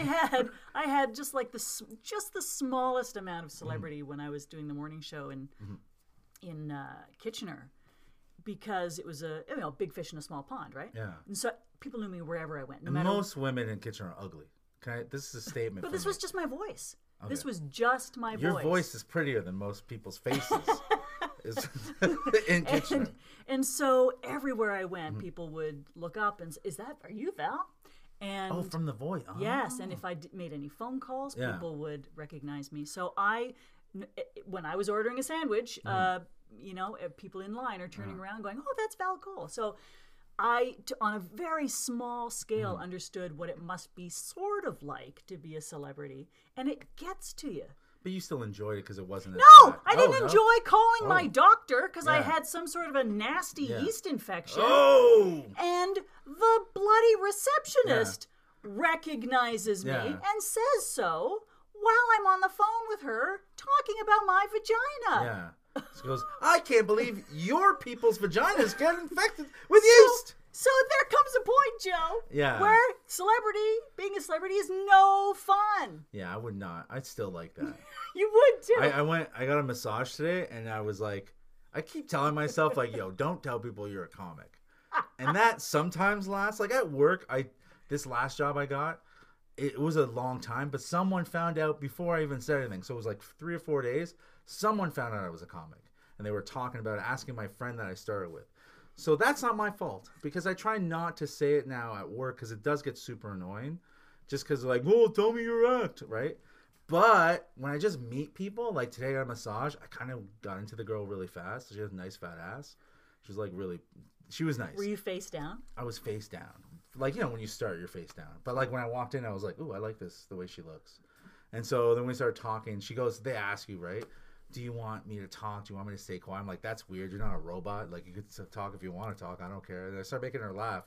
Speaker 3: had I had just like the s- just the smallest amount of celebrity
Speaker 2: Mm-hmm.
Speaker 3: when I was doing the morning show in in uh, Kitchener because it was a you know big fish in a small pond, right?
Speaker 2: Yeah.
Speaker 3: And so people knew me wherever I went, no matter
Speaker 2: Most women in kitchen are ugly. Can I, this is a statement.
Speaker 3: But
Speaker 2: from
Speaker 3: this
Speaker 2: me.
Speaker 3: was just my voice. This
Speaker 2: Okay.
Speaker 3: was just my
Speaker 2: your
Speaker 3: voice.
Speaker 2: voice is prettier than most people's faces. Is- in kitchen.
Speaker 3: And, and so everywhere I
Speaker 2: Mm-hmm.
Speaker 3: went, people would look up and s- is that are you Val? And
Speaker 2: Oh, from the voice. Oh.
Speaker 3: yes, and if I d- made any phone calls,
Speaker 2: Yeah.
Speaker 3: people would recognize me. So I, n- i- when I was ordering a sandwich,
Speaker 2: Mm.
Speaker 3: uh, you know, uh, people in line are turning around, going, "Oh, that's Val Cole." So I, t- on a very small scale,
Speaker 2: Mm-hmm.
Speaker 3: understood what it must be sort of like to be a celebrity, and it gets to you.
Speaker 2: But you still enjoyed it because it wasn't.
Speaker 3: No, Oh, I didn't enjoy calling my
Speaker 2: Oh.
Speaker 3: doctor because I
Speaker 2: Yeah.
Speaker 3: had some sort of a nasty
Speaker 2: Yeah.
Speaker 3: yeast infection.
Speaker 2: Oh!
Speaker 3: And the bloody receptionist recognizes me
Speaker 2: Yeah.
Speaker 3: and says so while I'm on the phone with her talking about my vagina.
Speaker 2: Yeah. She goes, I can't believe your people's vaginas get infected with yeast.
Speaker 3: So there comes a point, Joe,
Speaker 2: Yeah.
Speaker 3: where celebrity, being a celebrity, is no fun.
Speaker 2: Yeah, I would not. I'd still like that.
Speaker 3: You would too.
Speaker 2: I, I went. I got a massage today, and I was like, I keep telling myself like, yo, don't tell people you're a comic, and that sometimes lasts. Like at work, I this last job I got, it was a long time, but someone found out before I even said anything. So it was like three or four days. Someone found out I was a comic, and they were talking about it, asking my friend that I started with. So that's not my fault because I try not to say it now at work because it does get super annoying. Just because like, well, tell me your act, right? But when I just meet people, like today at a massage, I kind of got into the girl really fast. She has a nice fat ass. She was like really, she was nice.
Speaker 3: Were you face down?
Speaker 2: I was face down. Like, you know, when you start, you're face down. But like when I walked in, I was like, ooh, I like this, the way she looks. And so then we started talking. She goes, they ask you, right? Do you want me to talk? Do you want me to stay quiet? I'm like, that's weird. You're not a robot. Like, you could s- talk if you want to talk. I don't care. And I start making her laugh.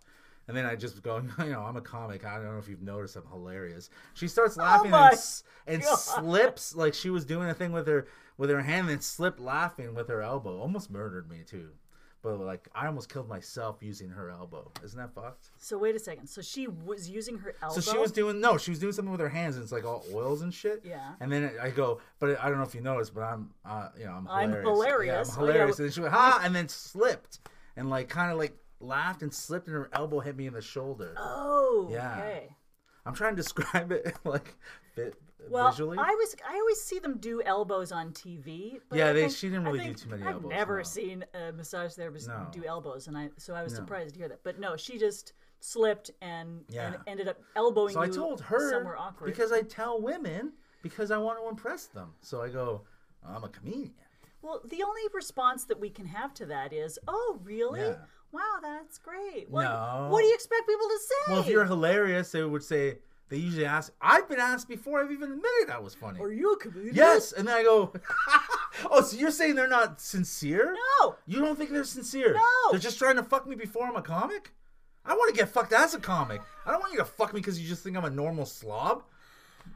Speaker 2: And then I just go, you know, I'm a comic. I don't know if you've noticed. I'm hilarious. She starts laughing
Speaker 3: my
Speaker 2: and, s- and slips like she was doing a thing with her with her hand, and then slipped laughing with her elbow. Almost murdered me too. But like, I almost killed myself using her elbow. Isn't that fucked?
Speaker 3: So wait a second. So she was using her elbow.
Speaker 2: So she was doing no, she was doing something with her hands, and it's like all oils and shit.
Speaker 3: Yeah.
Speaker 2: And then I go, but I don't know if you noticed, but I'm, uh, you know, I'm
Speaker 3: I'm
Speaker 2: hilarious.
Speaker 3: hilarious.
Speaker 2: Yeah,
Speaker 3: Oh,
Speaker 2: I'm
Speaker 3: yeah.
Speaker 2: hilarious. And then she went ha, and then slipped, and like kind of like laughed and slipped, and her elbow hit me in the shoulder.
Speaker 3: Oh,
Speaker 2: Yeah.
Speaker 3: okay.
Speaker 2: I'm trying to describe it like bit
Speaker 3: Well,
Speaker 2: visually.
Speaker 3: I was I always see them do elbows on TV. But
Speaker 2: Yeah,
Speaker 3: I
Speaker 2: they-
Speaker 3: think-
Speaker 2: she didn't
Speaker 3: I
Speaker 2: really do
Speaker 3: think
Speaker 2: too many
Speaker 3: I've
Speaker 2: elbows,
Speaker 3: never
Speaker 2: no.
Speaker 3: seen a massage therapist
Speaker 2: No.
Speaker 3: do elbows, and I so I was surprised to hear that. But no, she just slipped and, and
Speaker 2: Yeah.
Speaker 3: ended up elbowing
Speaker 2: So I
Speaker 3: you
Speaker 2: told her
Speaker 3: somewhere awkward.
Speaker 2: because I tell women because I want to impress them. So I go, I'm a comedian.
Speaker 3: well, the only response that we can have to that is, "Oh, really?
Speaker 2: Yeah.
Speaker 3: Wow, that's great." Well,
Speaker 2: No.
Speaker 3: What do you expect people to say?
Speaker 2: Well, if you're hilarious, they would say they usually ask. I've been asked before. I've even admitted I was funny.
Speaker 3: Are you a comedian?
Speaker 2: yes, and then I go, oh, so you're saying they're not sincere?
Speaker 3: No.
Speaker 2: You don't think they're sincere?
Speaker 3: No.
Speaker 2: They're just trying to fuck me before I'm a comic. I want to get fucked as a comic. I don't want you to fuck me because you just think I'm a normal slob.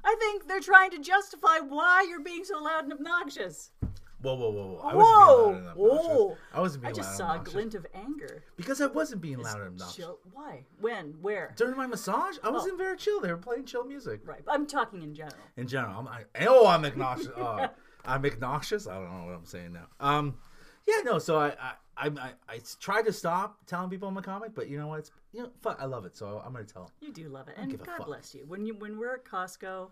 Speaker 3: I think they're trying to justify why you're being so loud and obnoxious.
Speaker 2: Whoa, whoa, whoa, whoa! I wasn't
Speaker 3: Whoa,
Speaker 2: being loud and
Speaker 3: whoa!
Speaker 2: obnoxious. I wasn't being
Speaker 3: I just
Speaker 2: loud
Speaker 3: saw
Speaker 2: and
Speaker 3: a
Speaker 2: obnoxious.
Speaker 3: glint of anger.
Speaker 2: because I wasn't being loud and obnoxious.
Speaker 3: Chill. Why? When? Where?
Speaker 2: During my massage, I was
Speaker 3: Oh.
Speaker 2: in very chill. They were playing chill music.
Speaker 3: right. I'm talking in general.
Speaker 2: In general, I'm I, oh, I'm obnoxious. Oh, I'm obnoxious. I don't know what I'm saying now. Um, yeah, no. So I, I, I, I, I tried to stop telling people I'm a comic, but you know what? It's, you know, fuck. I love it, so I'm gonna tell.
Speaker 3: You do love it, and
Speaker 2: give a
Speaker 3: God
Speaker 2: fuck.
Speaker 3: bless you. When you when we're at Costco,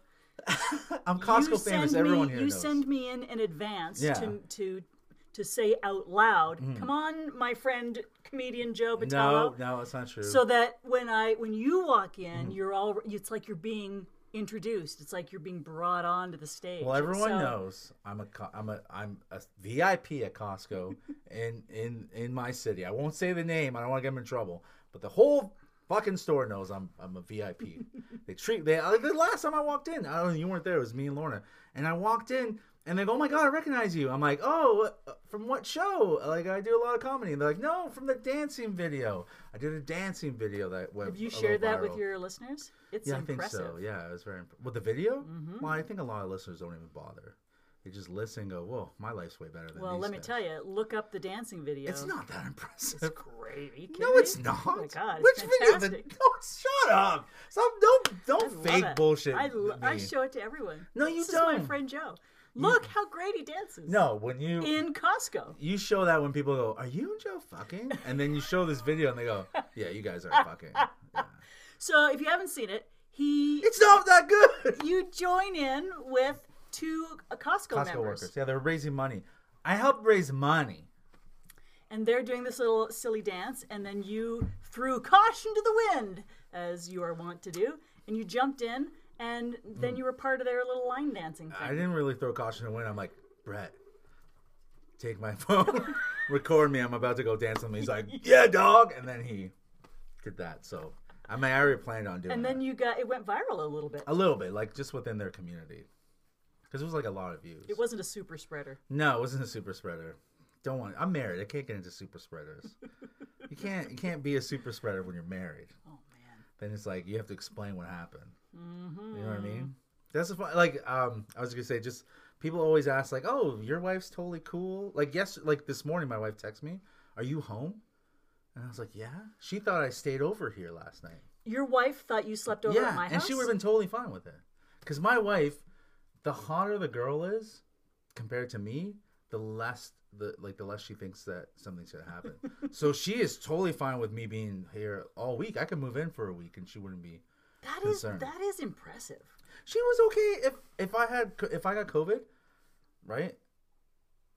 Speaker 2: I'm
Speaker 3: you
Speaker 2: Costco famous.
Speaker 3: send
Speaker 2: Everyone
Speaker 3: me
Speaker 2: here
Speaker 3: you
Speaker 2: knows.
Speaker 3: send me in in advance
Speaker 2: Yeah. Mm-hmm.
Speaker 3: to to to say out loud. Come on, my friend comedian Joe Batello.
Speaker 2: no, Mm-hmm. no, it's not true.
Speaker 3: So that when I when you walk in, you're all it's like you're being introduced. It's like you're being brought onto the stage.
Speaker 2: Well, everyone
Speaker 3: So-
Speaker 2: knows I'm a co- I'm a I'm a VIP at Costco in in in my city. I won't say the name. I don't want to get them in trouble. But the whole fucking store knows I'm I'm a VIP. they treat they like the last time I walked in. I don't know. You weren't there. It was me and Lorna. And I walked in. And they go, oh my god, I recognize you. I'm like, oh, uh, from what show? Like, I do a lot of comedy. And they're like, no, from the dancing video. I did a dancing video that went.
Speaker 3: Have you
Speaker 2: a little
Speaker 3: shared that
Speaker 2: viral."
Speaker 3: with your listeners? It's
Speaker 2: Yeah,
Speaker 3: impressive. Mm-hmm.
Speaker 2: I think so. Yeah, it was very imp- with the video. Well, I think a lot of listeners don't even bother. They just listen and go, "Whoa, my life's way better than."
Speaker 3: Well,
Speaker 2: these
Speaker 3: let me
Speaker 2: guys."
Speaker 3: tell you, look up the dancing video.
Speaker 2: it's not that impressive.
Speaker 3: It's great. Are you
Speaker 2: no,
Speaker 3: kidding me?
Speaker 2: it's not.
Speaker 3: Oh my god,
Speaker 2: Which
Speaker 3: it's
Speaker 2: video?
Speaker 3: fantastic.
Speaker 2: The, no, shut up! Stop! Don't
Speaker 3: I
Speaker 2: don't
Speaker 3: love
Speaker 2: fake
Speaker 3: it.
Speaker 2: bullshit.
Speaker 3: I, lo-
Speaker 2: with
Speaker 3: I
Speaker 2: me.
Speaker 3: show it to everyone.
Speaker 2: No, you
Speaker 3: this Is my
Speaker 2: don't.
Speaker 3: friend Joe. Look how great he dances.
Speaker 2: no, when you
Speaker 3: In Costco.
Speaker 2: you show that when people go, "Are you and Joe fucking?" and then you show this video and they go, "Yeah, you guys are fucking." Yeah.
Speaker 3: So if you haven't seen it, he
Speaker 2: It's not that good.
Speaker 3: you join in with two uh, Costco,
Speaker 2: Costco
Speaker 3: members,
Speaker 2: workers, yeah, they're raising money. I help raise money.
Speaker 3: and they're doing this little silly dance, and then you threw caution to the wind, as you are wont to do, and you jumped in, and then you were part of their little line dancing
Speaker 2: Hmm. I
Speaker 3: thing.
Speaker 2: didn't really throw caution to the wind. I'm like, Brett, take my phone, record me. I'm about to go dance with him. He's like, yeah, dog. And then he did that. So I mean, I already planned on doing
Speaker 3: and then
Speaker 2: that.
Speaker 3: you got it went viral a little bit.
Speaker 2: a little bit, like just within their community, because it was like a lot of views.
Speaker 3: It wasn't a super spreader.
Speaker 2: no, it wasn't a super spreader. Don't want. I'm married. I can't get into super spreaders. you can't. You can't be a super spreader when you're married.
Speaker 3: Oh man, Mm-hmm.
Speaker 2: Then it's like you have to explain what happened. You know what I mean? That's the fun. Like, um, I was gonna say, just people always ask, like, "Oh, your wife's totally cool." Like, yes, like this morning, my wife texted me, "Are you home?" And I was like, "Yeah." She thought I stayed over here last night.
Speaker 3: your wife thought you slept over
Speaker 2: yeah,
Speaker 3: at my
Speaker 2: and
Speaker 3: house.
Speaker 2: she would have been totally fine with it, because my wife, the hotter the girl is compared to me, the less the like the less she thinks that something's gonna happen. so she is totally fine with me being here all week. I could move in for a week, and she wouldn't be.
Speaker 3: That is
Speaker 2: concerned.
Speaker 3: that is impressive.
Speaker 2: She was okay if if I had if I got COVID, right?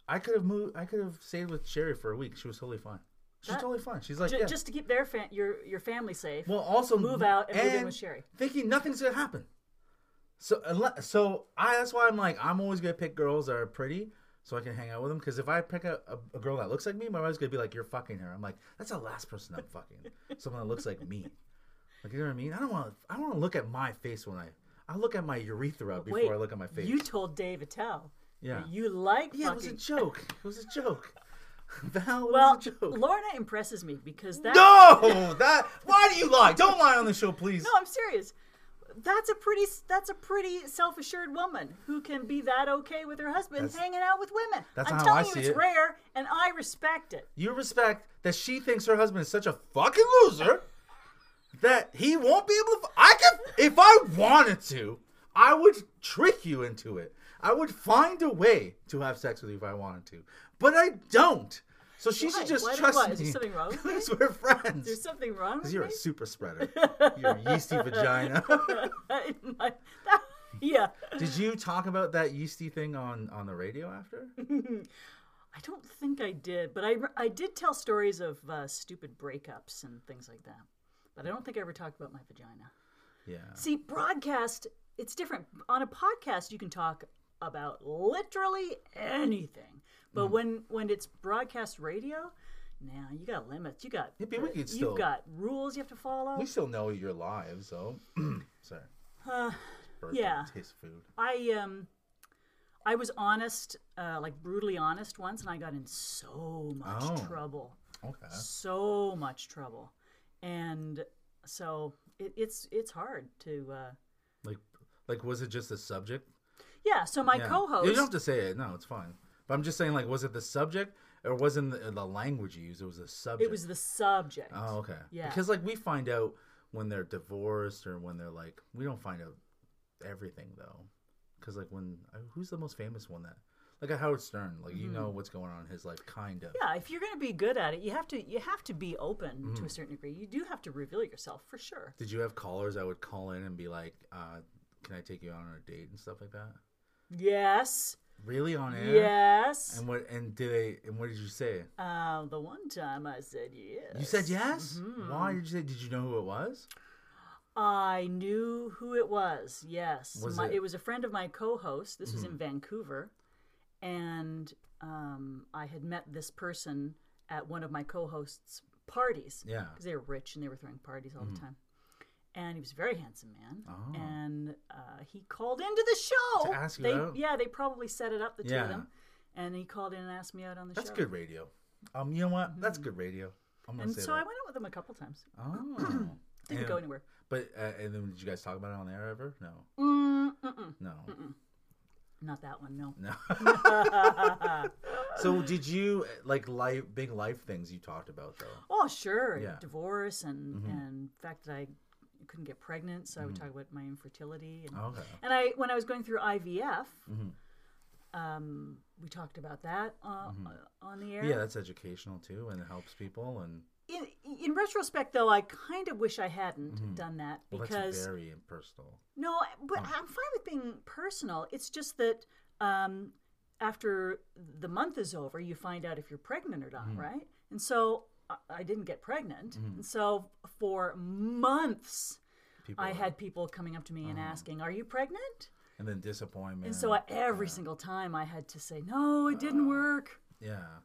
Speaker 2: I could have moved. I could have stayed with Sherry for a week. She was totally fine. She's
Speaker 3: That-
Speaker 2: totally fine. She's like,
Speaker 3: J-
Speaker 2: yeah.
Speaker 3: Just to keep their fa- your your family safe.
Speaker 2: well, also
Speaker 3: move out and move in with Sherry.
Speaker 2: Thinking nothing's gonna happen. So unle- so I that's why I'm like I'm always gonna pick girls that are pretty so I can hang out with them. Because if I pick a, a, a girl that looks like me, my wife's gonna be like, "You're fucking her." I'm like, that's the last person I'm fucking. Someone that looks like me. Like you know what I mean? I don't want. to I want to look at my face when I. I look at my urethra before
Speaker 3: Wait,
Speaker 2: I look at my face.
Speaker 3: You told Dave Attell.
Speaker 2: Yeah.
Speaker 3: that You like
Speaker 2: Yeah, it was
Speaker 3: fucking.
Speaker 2: a joke. It was a joke. Val, it
Speaker 3: well,
Speaker 2: was a joke.
Speaker 3: Lorna impresses me because that.
Speaker 2: no, that. Why do you lie? Don't lie on the show, please.
Speaker 3: No, I'm serious. That's a pretty. That's a pretty self-assured woman who can be that okay with her husband
Speaker 2: That's-
Speaker 3: hanging out with women.
Speaker 2: that's
Speaker 3: I'm
Speaker 2: how
Speaker 3: telling
Speaker 2: I
Speaker 3: you,
Speaker 2: see
Speaker 3: it's
Speaker 2: it.
Speaker 3: rare, and I respect it.
Speaker 2: You respect that she thinks her husband is such a fucking loser that he won't be able to. I could, if I wanted to, I would trick you into it. I would find a way to have sex with you if I wanted to, but I don't. So she
Speaker 3: Why?
Speaker 2: should just
Speaker 3: Why do-
Speaker 2: trust
Speaker 3: why?
Speaker 2: me.
Speaker 3: Is there something wrong with
Speaker 2: Because we're friends.
Speaker 3: There's something wrong with
Speaker 2: You're
Speaker 3: me.
Speaker 2: a super spreader. You're a yeasty vagina.
Speaker 3: My- that- yeah,
Speaker 2: Did you talk about that yeasty thing on on the radio after?
Speaker 3: I don't think I did, but I I did tell stories of uh, stupid breakups and things like that. But I don't think I ever talked about my vagina.
Speaker 2: Yeah.
Speaker 3: See, broadcast, it's different. On a podcast, you can talk about literally anything. But
Speaker 2: Hmm.
Speaker 3: when when it's broadcast radio, now you got limits. You got
Speaker 2: Yeah, but we could
Speaker 3: you've
Speaker 2: still-
Speaker 3: got rules you have to follow.
Speaker 2: We still know you're live, so sorry. Burping,
Speaker 3: Uh, yeah.
Speaker 2: Taste food.
Speaker 3: I um I was honest, uh, like brutally honest once, and I got in so much
Speaker 2: Oh.
Speaker 3: trouble.
Speaker 2: Okay.
Speaker 3: so much trouble, and so it, it's it's hard to uh,
Speaker 2: Like, like was it just the subject?
Speaker 3: yeah. So my
Speaker 2: Yeah.
Speaker 3: co-host,
Speaker 2: You don't have to say it. No, it's fine. But I'm just saying, like, was it the subject or wasn't the, the language you used? It was the subject.
Speaker 3: it was the subject.
Speaker 2: Oh, okay.
Speaker 3: Yeah.
Speaker 2: Because like we find out when they're divorced or when they're like, we don't find out everything though. Because like when who's the uh, most famous one that Look at Howard Stern. Like you know what's going on in his life, kind of.
Speaker 3: Mm-hmm. Yeah, if you're going to be good at it, you have to you have to be open
Speaker 2: Mm-hmm.
Speaker 3: to a certain degree. You do have to reveal yourself for sure.
Speaker 2: Did you have callers that would call in and be like, uh, "Can I take you on a date and stuff like that?"
Speaker 3: Yes.
Speaker 2: Really on air?
Speaker 3: Yes.
Speaker 2: And what? And did they? And what did you say?
Speaker 3: Uh, the one time I said yes. Mm-hmm.
Speaker 2: You said yes. Why did you say? Did you know who it was?
Speaker 3: I knew who it was. Yes,
Speaker 2: Was
Speaker 3: my,
Speaker 2: it- Mm-hmm.
Speaker 3: it? was a friend of my co-host. This was in Vancouver, and um, I had met this person at one of my co-hosts' parties.
Speaker 2: Yeah. Mm-hmm.
Speaker 3: because they were rich and they were throwing parties all the time. And he was a very handsome man, and uh, he called into the show.
Speaker 2: Oh. To ask you
Speaker 3: they,
Speaker 2: out?
Speaker 3: Yeah, they probably set it up the two
Speaker 2: Yeah.
Speaker 3: of them, and he called in and asked me out on the
Speaker 2: That's
Speaker 3: show.
Speaker 2: good radio. Um, you know what? That's good radio. I'm gonna
Speaker 3: Mm-hmm. And
Speaker 2: say
Speaker 3: so I
Speaker 2: that.
Speaker 3: went out with him a couple times.
Speaker 2: oh.
Speaker 3: Didn't
Speaker 2: And-
Speaker 3: go anywhere.
Speaker 2: But uh, and then did you guys talk about it on air ever? No.
Speaker 3: Mm, mm-mm.
Speaker 2: No.
Speaker 3: Not that one. No.
Speaker 2: No. so did you like life big life things you talked about though?
Speaker 3: Oh, sure.
Speaker 2: Yeah. Mm-hmm.
Speaker 3: Divorce and and the fact that I couldn't get pregnant, so I would talk about my infertility. And,
Speaker 2: Okay.
Speaker 3: and I when I was going through IVF,
Speaker 2: Mm-hmm.
Speaker 3: um, we talked about that uh, uh, on the air.
Speaker 2: Yeah, that's educational too, and it helps people. And
Speaker 3: In, in retrospect, though, I kind of wish I hadn't done that
Speaker 2: Mm-hmm. well, that's
Speaker 3: because
Speaker 2: very impersonal.
Speaker 3: no, but I'm fine with being personal. It's just that. Um, after the month is over, you find out if you're pregnant or not, right? And so I, I didn't get pregnant. And so for months,
Speaker 2: People
Speaker 3: I
Speaker 2: are-
Speaker 3: had people coming up to me and asking, "Are you pregnant?"
Speaker 2: and then disappointment.
Speaker 3: And so I, every single time I had to say, "No, it didn't work."
Speaker 2: yeah,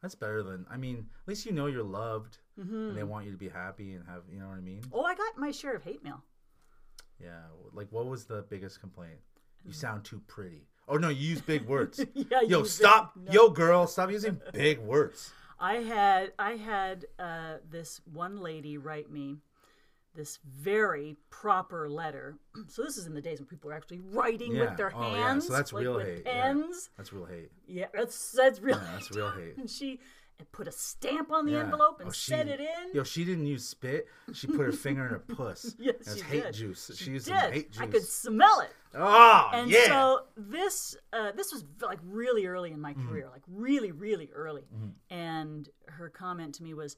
Speaker 2: that's better than. I mean, at least you know you're loved, and
Speaker 3: Mm-hmm.
Speaker 2: they want you to be happy and have. You know what I mean?
Speaker 3: Oh, I got my share of hate mail.
Speaker 2: Yeah. Like, what was the biggest complaint? You sound too pretty. Oh no, you use big words.
Speaker 3: Mm. Yeah, you
Speaker 2: Yo,
Speaker 3: use big-
Speaker 2: stop. Yo, girl, stop using big words.
Speaker 3: I had I had uh, this one lady write me this very proper letter. so this is in the days when people were actually writing
Speaker 2: Yeah.
Speaker 3: with their
Speaker 2: Oh,
Speaker 3: hands,
Speaker 2: yeah. So that's
Speaker 3: like
Speaker 2: real
Speaker 3: with
Speaker 2: hate, yeah.
Speaker 3: pens.
Speaker 2: That's real hate.
Speaker 3: Yeah. that's that's real.
Speaker 2: Yeah, that's real hate.
Speaker 3: and she put a stamp on the
Speaker 2: Yeah.
Speaker 3: envelope and
Speaker 2: Oh, she-
Speaker 3: set it in.
Speaker 2: Yo, she didn't use spit. She put her finger in her puss.
Speaker 3: Yes,
Speaker 2: That's
Speaker 3: she
Speaker 2: hate
Speaker 3: did.
Speaker 2: juice. She, used some
Speaker 3: Did.
Speaker 2: hate juice.
Speaker 3: I could smell it.
Speaker 2: Oh,
Speaker 3: And
Speaker 2: yeah.
Speaker 3: so this uh, this was like really early in
Speaker 2: Mm-hmm.
Speaker 3: my career, like really, really early. And her comment to me was,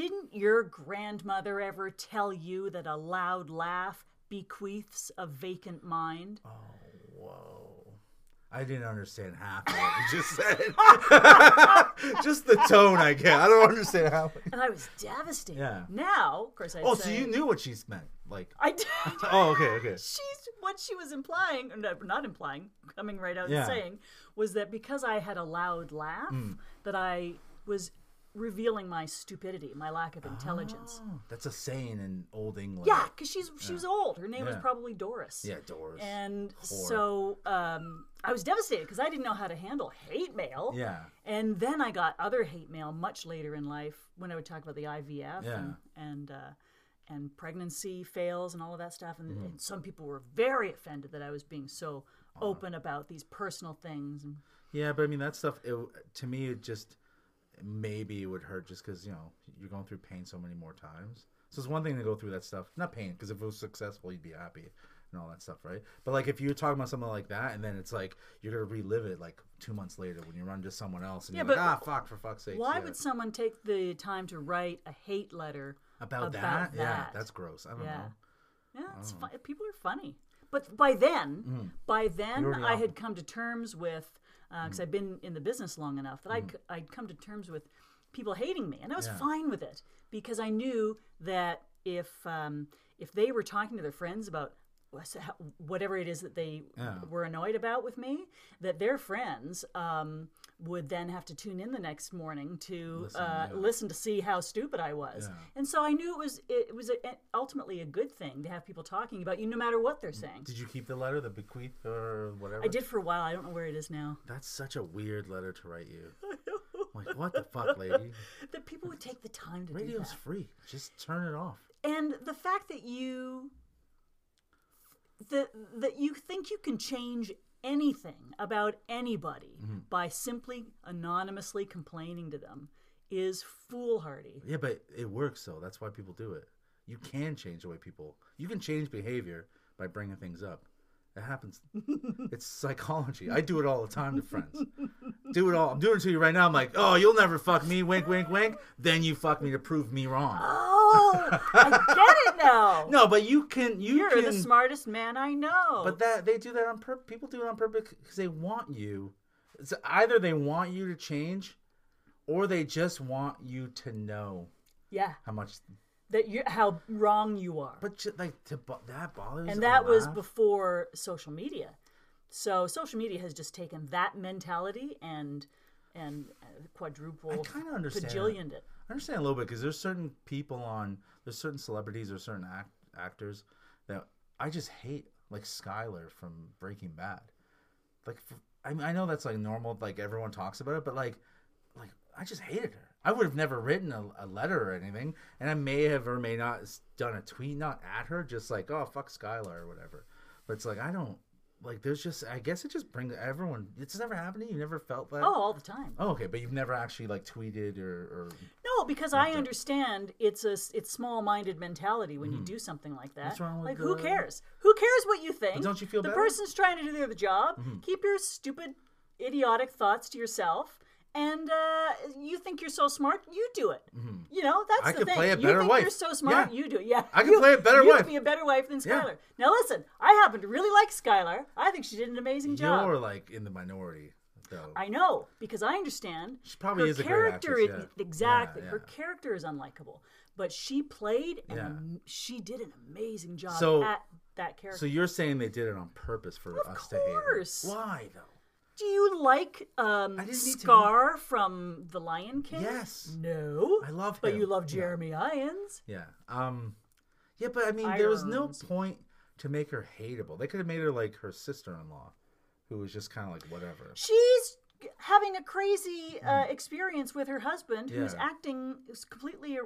Speaker 3: "Didn't your grandmother ever tell you that a loud laugh bequeaths a vacant mind?"
Speaker 2: Oh. Whoa. I didn't understand half of what you just said. just the tone I get. I don't understand how.
Speaker 3: And I was devastated.
Speaker 2: Yeah.
Speaker 3: Now, of course, I.
Speaker 2: Oh, so you knew what she meant. Like,
Speaker 3: I did.
Speaker 2: oh, okay, okay.
Speaker 3: She's what she was implying, or no, not implying, coming right out
Speaker 2: Yeah. Mm.
Speaker 3: and saying, was that because I had a loud laugh, that I was revealing my stupidity, my lack of intelligence.
Speaker 2: Oh, that's a saying in old England.
Speaker 3: Yeah, because she's she was old. Her name was
Speaker 2: Yeah.
Speaker 3: probably Doris.
Speaker 2: Yeah, Doris.
Speaker 3: And
Speaker 2: Whore.
Speaker 3: so um, I was devastated because I didn't know how to handle hate mail.
Speaker 2: Yeah.
Speaker 3: And then I got other hate mail much later in life when I would talk about the IVF
Speaker 2: Yeah.
Speaker 3: and and, uh, and pregnancy fails and all of that stuff. And,
Speaker 2: Mm-hmm.
Speaker 3: and some people were very offended that I was being so open about these personal things. And
Speaker 2: Yeah, but I mean that stuff. It, to me, it just maybe it would hurt just because you know you're going through pain so many more times. So it's one thing to go through that stuff. Not pain, because if it was successful, you'd be happy and all that stuff, right? But like if you're talking about something like that, and then it's like you're gonna relive it like two months later when you run to someone else, and
Speaker 3: Yeah,
Speaker 2: you're like, ah,
Speaker 3: but
Speaker 2: fuck, for fuck's sake.
Speaker 3: why would someone take the time to write a hate letter
Speaker 2: about,
Speaker 3: about
Speaker 2: that? Yeah,
Speaker 3: that?
Speaker 2: that's gross. I don't
Speaker 3: Yeah.
Speaker 2: know.
Speaker 3: Yeah, it's fu- people are funny. But by then,
Speaker 2: Mm.
Speaker 3: by
Speaker 2: You're Mm.
Speaker 3: then,
Speaker 2: already
Speaker 3: I
Speaker 2: out.
Speaker 3: had come to terms with because I'd been in the business long enough that I'd, c- I'd come to terms with people hating me, and I was
Speaker 2: Mm. Yeah.
Speaker 3: fine with it because I knew that if um, if they were talking to their friends about what's- how- whatever it is that they
Speaker 2: Yeah.
Speaker 3: were annoyed about with me, that their friends um, would then have to tune in the next morning to
Speaker 2: Listen,
Speaker 3: uh,
Speaker 2: yeah.
Speaker 3: listen to see how stupid I was.
Speaker 2: Yeah.
Speaker 3: And so I knew it was it was a, ultimately a good thing to have people talking about you no matter what they're saying.
Speaker 2: Did you keep the letter, the bequeath, or whatever?
Speaker 3: I did for a while. I don't know where it is now.
Speaker 2: That's such a weird letter to write you. I'm like, what the fuck, lady?
Speaker 3: That people would take the time to do
Speaker 2: Radio's
Speaker 3: that.
Speaker 2: free. Just turn it off.
Speaker 3: And the fact that you that that you think you can change anything about anybody
Speaker 2: Mm-hmm.
Speaker 3: by simply anonymously complaining to them is foolhardy.
Speaker 2: Yeah, but it works though. That's why people do it. You can change the way people. You can change behavior by bringing things up. It happens. it's psychology. I do it all the time to friends. Do it all. I'm doing it to you right now. I'm like, oh, you'll never fuck me. Wink, wink, wink. Then you fuck me to prove me wrong.
Speaker 3: Oh, I get it now.
Speaker 2: No, but you can. You
Speaker 3: You're
Speaker 2: can.
Speaker 3: the smartest man I know.
Speaker 2: But that they do that on purpose. People do it on purpose because they want you. It's either they want you to change, or they just want you to know
Speaker 3: yeah,
Speaker 2: how much.
Speaker 3: that you how wrong you are.
Speaker 2: But ju- like to bo- that bothers.
Speaker 3: and
Speaker 2: a
Speaker 3: that was
Speaker 2: laugh.
Speaker 3: before social media. So social media has just taken that mentality and and uh, quadruple,
Speaker 2: kinda understand that.
Speaker 3: bajillioned it.
Speaker 2: I understand a little bit because there's certain people on there's certain celebrities or certain act, actors that I just hate, like Skylar from Breaking Bad. Like, f I I mean, I know that's like normal, like everyone talks about it, but like, like I just hated her. I would have never written a, a letter or anything, and I may have or may not s- done a tweet, not at her, just like, oh fuck Skylar or whatever. But it's like I don't like. There's just I guess it just brings everyone. It's never happened to you. You never felt that.
Speaker 3: Oh, all the time.
Speaker 2: Oh, okay, but you've never actually like tweeted or, or
Speaker 3: No, because I understand it's a s- it's small minded mentality when you do something like that.
Speaker 2: Mm-hmm. What's wrong with
Speaker 3: like who
Speaker 2: the-
Speaker 3: cares? Who cares what you think?
Speaker 2: don't you feel
Speaker 3: the
Speaker 2: better? Mm-hmm.
Speaker 3: person's trying to do their job? Keep your stupid, idiotic thoughts to yourself. And uh, you think you're so smart, you do it. You know that's
Speaker 2: Mm-hmm. I
Speaker 3: the
Speaker 2: could
Speaker 3: thing.
Speaker 2: play a
Speaker 3: you
Speaker 2: better
Speaker 3: think you're
Speaker 2: wife.
Speaker 3: so smart,
Speaker 2: Yeah.
Speaker 3: you do it. Yeah,
Speaker 2: I could
Speaker 3: you,
Speaker 2: play a better
Speaker 3: you
Speaker 2: wife.
Speaker 3: Be a better wife than
Speaker 2: Yeah.
Speaker 3: Skylar. Now listen, I happen to really like Skylar. I think she did an amazing job.
Speaker 2: You're like in the minority, though.
Speaker 3: I know because I understand.
Speaker 2: She probably
Speaker 3: her
Speaker 2: is a great
Speaker 3: character.
Speaker 2: actress,
Speaker 3: is-
Speaker 2: yeah.
Speaker 3: Exactly,
Speaker 2: Yeah,
Speaker 3: her
Speaker 2: yeah.
Speaker 3: character is unlikable, but she played and
Speaker 2: Yeah.
Speaker 3: am- she did an amazing job
Speaker 2: So-
Speaker 3: at that character.
Speaker 2: so you're saying they did it on purpose for us to hate her?
Speaker 3: course.
Speaker 2: Why though?
Speaker 3: Do you like um,
Speaker 2: I didn't need to
Speaker 3: Scar from The Lion King?
Speaker 2: Yes.
Speaker 3: No.
Speaker 2: I love
Speaker 3: But
Speaker 2: him.
Speaker 3: you love
Speaker 2: No.
Speaker 3: Jeremy Irons.
Speaker 2: Yeah. Um. Yeah, but I mean, there was no
Speaker 3: Irons.
Speaker 2: point to make her hateable. They could have made her like her sister-in-law, who was just kind of like whatever.
Speaker 3: She's having a crazy uh, experience with her husband, who's
Speaker 2: Mm. Yeah.
Speaker 3: acting is completely uh,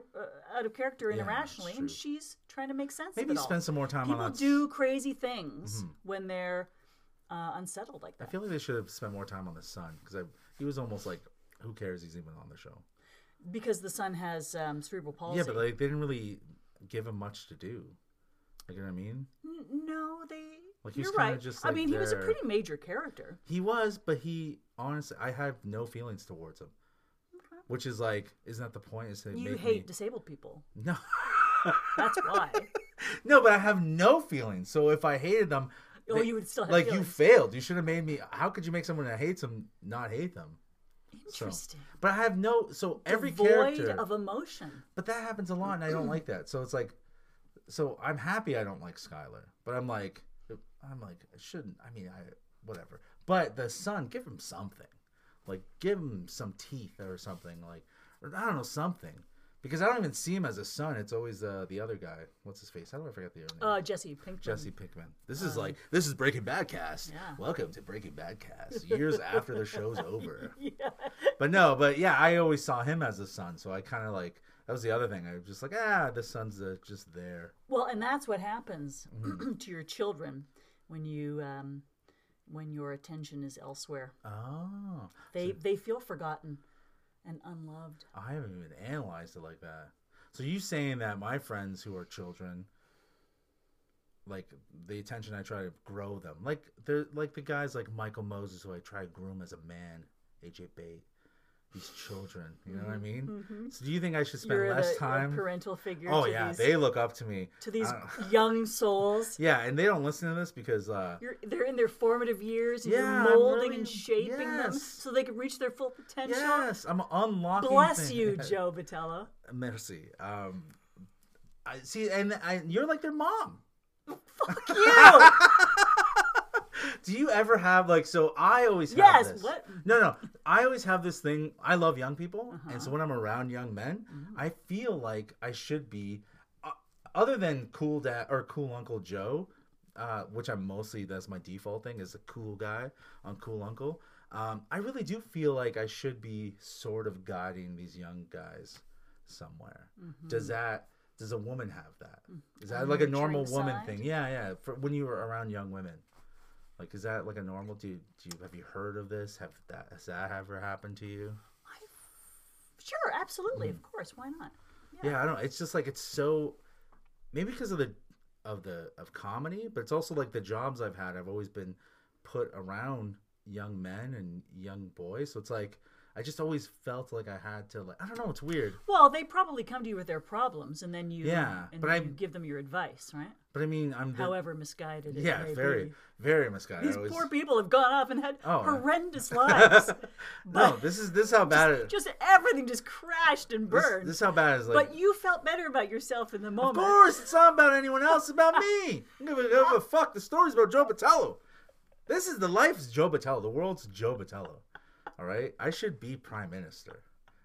Speaker 3: out of character and
Speaker 2: Yeah, that's
Speaker 3: irrationally, and
Speaker 2: true.
Speaker 3: she's trying to make sense of
Speaker 2: Maybe
Speaker 3: it all.
Speaker 2: spend some more time
Speaker 3: people
Speaker 2: on Mm-hmm. that.
Speaker 3: do crazy things when they're uh, unsettled like
Speaker 2: I
Speaker 3: that.
Speaker 2: feel like they should have spent more time on the son because he was almost like, who cares? He's even on the show.
Speaker 3: because the son has um, cerebral palsy.
Speaker 2: Yeah, but like they didn't really give him much to do. Like, you know what I mean?
Speaker 3: N- no, they.
Speaker 2: Like, he was
Speaker 3: you're
Speaker 2: kinda
Speaker 3: right.
Speaker 2: just,
Speaker 3: I
Speaker 2: like,
Speaker 3: mean, he was a
Speaker 2: there.
Speaker 3: pretty major character.
Speaker 2: He was, but he honestly, I have no feelings towards him. Which is like, isn't that the point? Is to
Speaker 3: You
Speaker 2: make
Speaker 3: hate
Speaker 2: me...
Speaker 3: disabled people.
Speaker 2: no,
Speaker 3: That's why.
Speaker 2: no, but I have no feelings. So if I hated them,
Speaker 3: Oh,
Speaker 2: they-
Speaker 3: you would still have
Speaker 2: like you
Speaker 3: feelings.
Speaker 2: failed. You should have made me. How could you make someone that hates them not hate them? So-
Speaker 3: Interesting.
Speaker 2: But I have no. So every
Speaker 3: Void
Speaker 2: character,
Speaker 3: of emotion.
Speaker 2: but that happens a lot, and I don't like that. So it's like, so I'm happy I don't like Skylar, but I'm like, I'm like, I shouldn't. I mean, I whatever. But the son, give him something, like give him some teeth or something, like or I don't know something, because I don't even see him as a son. It's always uh, the other guy. What's his face? How do I forget the other name?
Speaker 3: Uh, Jesse Pinkman.
Speaker 2: Jesse Pinkman. This is like this is Breaking Bad cast.
Speaker 3: Uh, Yeah.
Speaker 2: Welcome to Breaking Bad cast. Years after the show's over.
Speaker 3: Yeah.
Speaker 2: But no, but yeah, I always saw him as the son, so I kind of like that was the other thing. I was just like, ah, the son's uh, just there.
Speaker 3: Well, and that's what happens
Speaker 2: Mm-hmm.
Speaker 3: to your children when you um, when your attention is elsewhere.
Speaker 2: Oh,
Speaker 3: They they feel forgotten and unloved.
Speaker 2: I haven't even analyzed it like that. So you saying that my friends who are children, like the attention I try to grow them, like they're like the guys like Michael Moses who I try to groom as a man, AJ Bate, these children. You know what I mean? So do you think I should spend
Speaker 3: Mm-hmm. You're the
Speaker 2: less
Speaker 3: you're a
Speaker 2: time?
Speaker 3: parental figure.
Speaker 2: Oh
Speaker 3: to
Speaker 2: yeah,
Speaker 3: these,
Speaker 2: they look up to me.
Speaker 3: to these
Speaker 2: I don't-
Speaker 3: young souls.
Speaker 2: yeah, and they don't listen to this because uh,
Speaker 3: You're, they're in their formative years. And
Speaker 2: Yeah, I'm
Speaker 3: you're molding
Speaker 2: really-
Speaker 3: and shaping them
Speaker 2: yes.
Speaker 3: so they can reach their full potential.
Speaker 2: yes, I'm unlocking.
Speaker 3: Bless
Speaker 2: things.
Speaker 3: you, Joe Vitello.
Speaker 2: Merci. Um, I see, and I, you're like their mom.
Speaker 3: You.
Speaker 2: Do you ever have like so? I always have
Speaker 3: Yes,
Speaker 2: This.
Speaker 3: what-
Speaker 2: No, no. I always have this thing. I love young people, and
Speaker 3: Uh-huh.
Speaker 2: so when I'm around young men,
Speaker 3: Mm-hmm.
Speaker 2: I feel like I should be, uh, other than cool dad or cool Uncle Joe, uh, which I'm mostly that's my default thing is a cool guy on Cool Uncle. Um, I really do feel like I should be sort of guiding these young guys somewhere. Does that? Does a woman have that? Is that like a
Speaker 3: nurturing
Speaker 2: normal woman
Speaker 3: side?
Speaker 2: thing? Yeah, yeah. For when you were around young women. Like, is that like a normal? Do you, do you have you heard of this? Have that has that ever happened to you?
Speaker 3: Sure,
Speaker 2: Mm.
Speaker 3: absolutely, of course. Why not?
Speaker 2: Yeah, I don't. It's just like it's so. Maybe because of the of the of comedy, but it's also like the jobs I've had. I've always been put around young men and young boys, so it's like I just always felt like I had to like I don't know. It's weird,
Speaker 3: Well, they probably come to you with their problems, and then you
Speaker 2: Yeah,
Speaker 3: and
Speaker 2: but
Speaker 3: then
Speaker 2: I'm-
Speaker 3: you give them your advice, right?
Speaker 2: but I mean I'm the,
Speaker 3: However misguided. It
Speaker 2: yeah
Speaker 3: may
Speaker 2: very
Speaker 3: Be.
Speaker 2: very misguided.
Speaker 3: These
Speaker 2: I always-
Speaker 3: poor people have gone off and had
Speaker 2: Oh, yeah.
Speaker 3: horrendous lives.
Speaker 2: no, this is this is how bad it.
Speaker 3: Just everything just crashed and
Speaker 2: This,
Speaker 3: burned.
Speaker 2: this is how bad it is. Like,
Speaker 3: but you felt better about yourself in the
Speaker 2: Of
Speaker 3: moment.
Speaker 2: course, it's not about anyone else. It's about me. I don't give a, give a fuck. The story's about Joe Batello. This is the life's Joe Batello. The world's Joe Batello. All right? I should be prime minister.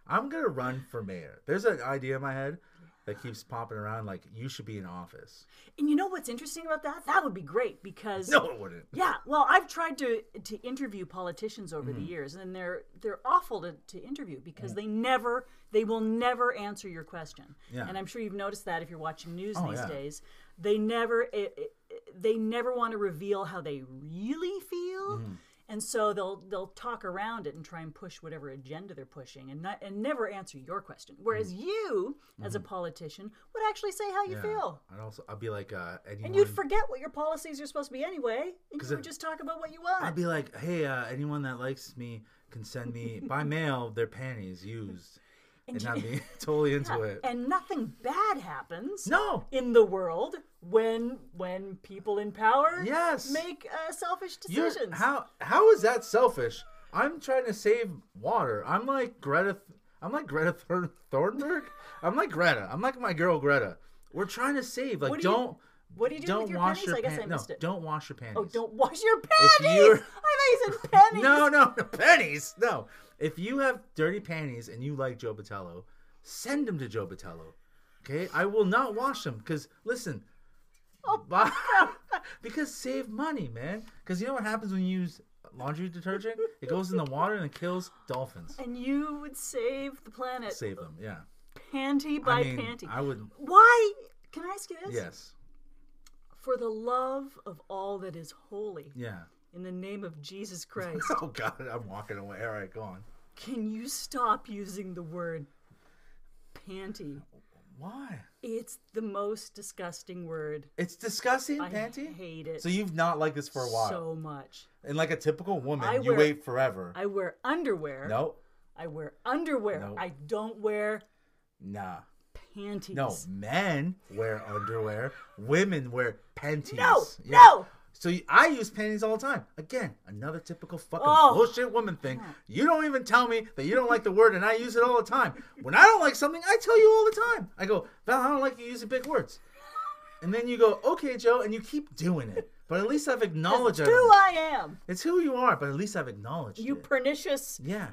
Speaker 2: I'm going to run for mayor. There's an idea in my head that keeps popping around like, you should be in office.
Speaker 3: And you know what's interesting about that? That would be great because
Speaker 2: No, it wouldn't.
Speaker 3: Yeah, well, I've tried to to interview politicians over
Speaker 2: Mm-hmm.
Speaker 3: the years, and they're they're awful to, to interview
Speaker 2: Mm.
Speaker 3: because they never they will never answer your question.
Speaker 2: Yeah.
Speaker 3: And I'm sure you've noticed that if you're watching news
Speaker 2: Oh,
Speaker 3: these
Speaker 2: yeah.
Speaker 3: days, they never it, it, they never want to reveal how they really feel.
Speaker 2: Mm-hmm.
Speaker 3: And so they'll they'll talk around it and try and push whatever agenda they're pushing, and not, and never answer your question. Whereas you, as a politician, would actually say how you
Speaker 2: Mm. Mm-hmm. Yeah.
Speaker 3: feel.
Speaker 2: I'd also, I'd be like, uh, anyone.
Speaker 3: And you'd forget what your policies are supposed to be anyway, and you
Speaker 2: it-
Speaker 3: would just talk about what you want.
Speaker 2: I'd be like, hey, uh, anyone that likes me can send me by mail their panties used. And I'd be totally into it.
Speaker 3: and nothing bad happens
Speaker 2: No.
Speaker 3: in the world when when people in power
Speaker 2: Yes.
Speaker 3: make uh, selfish
Speaker 2: You're-
Speaker 3: decisions
Speaker 2: how how is that selfish? I'm trying to save water. I'm like Greta. Th- I'm like Greta Thur- Thornburg. I'm like Greta. I'm like my girl Greta. We're trying to save. Like
Speaker 3: What do you-
Speaker 2: don't.
Speaker 3: what do you do
Speaker 2: not
Speaker 3: with your
Speaker 2: wash
Speaker 3: panties?
Speaker 2: Your
Speaker 3: I guess I
Speaker 2: pan- no,
Speaker 3: missed it.
Speaker 2: Don't wash your panties.
Speaker 3: oh don't wash your
Speaker 2: If
Speaker 3: panties
Speaker 2: you're-
Speaker 3: i thought you said panties
Speaker 2: No, no, no panties. No. If you have dirty panties and you like Joe Batello, send them to Joe Batello. Okay, I will not wash them because listen,
Speaker 3: Oh,
Speaker 2: Bye. because save money, man. Because you know what happens when you use laundry detergent? It goes in the water and it kills dolphins.
Speaker 3: and you would save the planet
Speaker 2: Save them, yeah.
Speaker 3: panty by
Speaker 2: I mean,
Speaker 3: panty
Speaker 2: I would.
Speaker 3: why can i ask you this
Speaker 2: Yes,
Speaker 3: for the love of all that is holy
Speaker 2: yeah.
Speaker 3: in the name of jesus christ
Speaker 2: Oh God, I'm walking away. All right, go on.
Speaker 3: can you stop using the word panty
Speaker 2: Why?
Speaker 3: It's the most disgusting word.
Speaker 2: It's disgusting,
Speaker 3: I
Speaker 2: panty.
Speaker 3: hate it
Speaker 2: So you've not liked this for a while.
Speaker 3: so much.
Speaker 2: and like a typical woman,
Speaker 3: I
Speaker 2: you
Speaker 3: wear-
Speaker 2: wait forever.
Speaker 3: I wear underwear.
Speaker 2: no,
Speaker 3: I wear underwear.
Speaker 2: No.
Speaker 3: I don't wear
Speaker 2: nah.
Speaker 3: panties.
Speaker 2: No, men wear underwear. Women wear panties.
Speaker 3: No,
Speaker 2: Yeah.
Speaker 3: no.
Speaker 2: So you- I use panties all the time. Again, another typical fucking
Speaker 3: Oh.
Speaker 2: bullshit woman thing. You don't even tell me that you don't like the word, and I use it all the time. When I don't like something, I tell you all the time. I go, Val, I don't like you using big words. And then you go, okay, Joe, and you keep doing it. But at least I've acknowledged it.
Speaker 3: Who I am,
Speaker 2: It's who you are, but at least I've acknowledged
Speaker 3: you
Speaker 2: it.
Speaker 3: pernicious.
Speaker 2: Yeah,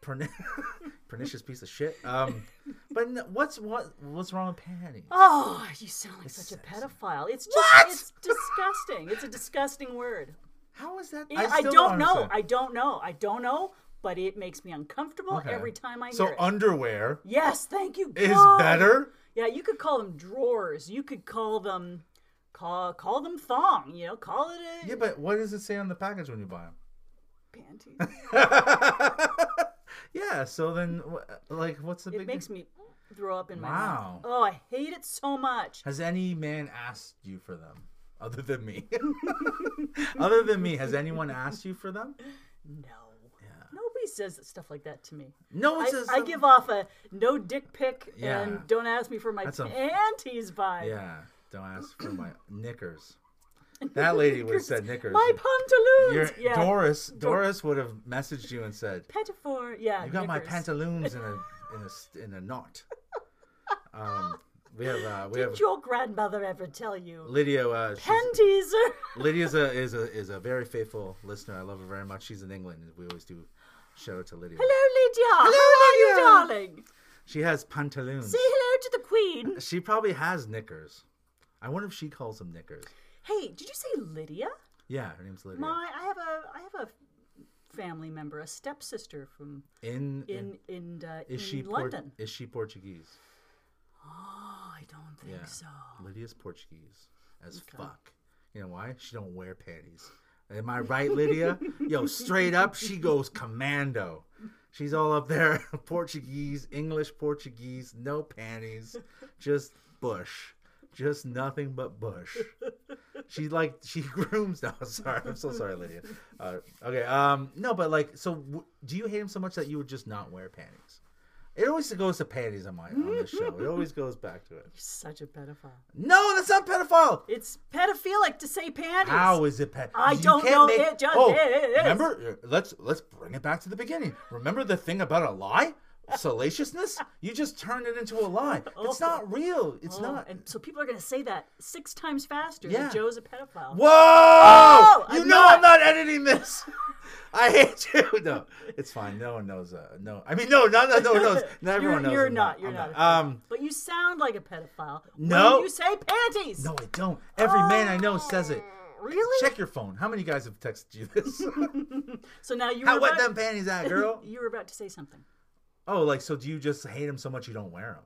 Speaker 2: Perni- pernicious piece of shit. Um, but n- what's what? What's wrong with panties?
Speaker 3: Oh, you sound like such a
Speaker 2: sexy.
Speaker 3: pedophile. It's just
Speaker 2: What?
Speaker 3: it's disgusting. It's a disgusting word.
Speaker 2: How is that?
Speaker 3: I,
Speaker 2: still
Speaker 3: don't know.
Speaker 2: understand.
Speaker 3: I don't know. I don't know, but it makes me uncomfortable
Speaker 2: Okay.
Speaker 3: every time I
Speaker 2: so
Speaker 3: hear it.
Speaker 2: underwear
Speaker 3: yes, thank you.
Speaker 2: is
Speaker 3: God.
Speaker 2: better.
Speaker 3: Yeah, you could call them drawers. You could call them call call them thong. You know, call it a
Speaker 2: Yeah, but what does it say on the package when you buy them?
Speaker 3: panties.
Speaker 2: Yeah. So then, wh- like, what's the big?
Speaker 3: It makes me throw up in my
Speaker 2: Wow.
Speaker 3: mouth. Oh, I hate it so much.
Speaker 2: Has any man asked you for them? Other than me. Other than me, has anyone asked you for them?
Speaker 3: No. Nobody says stuff like that to me.
Speaker 2: No one
Speaker 3: I,
Speaker 2: says.
Speaker 3: I
Speaker 2: that-
Speaker 3: give off a no dick pic
Speaker 2: Yeah.
Speaker 3: and don't ask me for my
Speaker 2: That's a-
Speaker 3: panties vibe.
Speaker 2: Yeah. Don't ask for my knickers. That lady would have said knickers.
Speaker 3: My
Speaker 2: Your,
Speaker 3: pantaloons. yeah.
Speaker 2: Doris, Doris would have messaged you and said,
Speaker 3: Pettifor. Yeah.
Speaker 2: "You got my
Speaker 3: knickers.
Speaker 2: pantaloons in a in a s- in a knot." Um, we have uh, we have
Speaker 3: Did your grandmother ever tell you
Speaker 2: Lydia. Uh, she's-
Speaker 3: panties are?
Speaker 2: Lydia's a is a is a very faithful listener. I love her very much. She's in England. and We always do shout out to Lydia.
Speaker 3: Hello, Lydia. How are you, darling?
Speaker 2: She has pantaloons.
Speaker 3: Say hello to the queen.
Speaker 2: She probably has knickers. I wonder if she calls them knickers.
Speaker 3: Hey, did you say Lydia?
Speaker 2: Yeah, her name's Lydia.
Speaker 3: My, I have a, I have a family member, a stepsister from
Speaker 2: in, in
Speaker 3: in in uh,
Speaker 2: is
Speaker 3: in
Speaker 2: she Por-
Speaker 3: London.
Speaker 2: is she Portuguese?
Speaker 3: Oh, I don't think
Speaker 2: Yeah.
Speaker 3: so.
Speaker 2: Lydia's Portuguese as fuck. You know why? She don't wear panties. Am I right, Lydia? Yo, straight up, she goes commando. She's all up there, Portuguese, English Portuguese, no panties, just bush. just nothing but Bush. she like she grooms. No, sorry, I'm so sorry, Lydia. Uh, okay, um, no, but like, so w- do you hate him so much that you would just not wear panties? It always goes to panties on my on this show. It always goes back to it.
Speaker 3: Such a pedophile.
Speaker 2: No, that's not pedophile.
Speaker 3: It's pedophilic to say panties.
Speaker 2: How is it pet?
Speaker 3: I don't know. It just-
Speaker 2: oh,
Speaker 3: it- it is.
Speaker 2: remember? uh, Let's let's bring it back to the beginning. Remember the thing about a lie, salaciousness. You just turned it into a lie. It's not real. It's
Speaker 3: Oh,
Speaker 2: not.
Speaker 3: And so people are going to say that six times faster
Speaker 2: Yeah.
Speaker 3: that Joe's a
Speaker 2: Whoa!
Speaker 3: pedophile.
Speaker 2: you
Speaker 3: Oh, I'm
Speaker 2: know
Speaker 3: not.
Speaker 2: I'm not editing this. I hate you. No, it's fine. No one knows. Uh, no, I mean, no, no, no, no one knows. Not
Speaker 3: You're,
Speaker 2: everyone knows.
Speaker 3: you're
Speaker 2: I'm
Speaker 3: not. You're
Speaker 2: I'm
Speaker 3: not. a
Speaker 2: Um.
Speaker 3: pedophile. but you sound like a pedophile.
Speaker 2: No.
Speaker 3: When you say panties.
Speaker 2: No, I don't. Every man I know says it.
Speaker 3: Really?
Speaker 2: Check your phone. How many guys have texted you this?
Speaker 3: So now you were
Speaker 2: How wet
Speaker 3: about,
Speaker 2: them panties at, girl?
Speaker 3: You were about to say something.
Speaker 2: Oh, like so? Do you just hate them so much you don't wear them?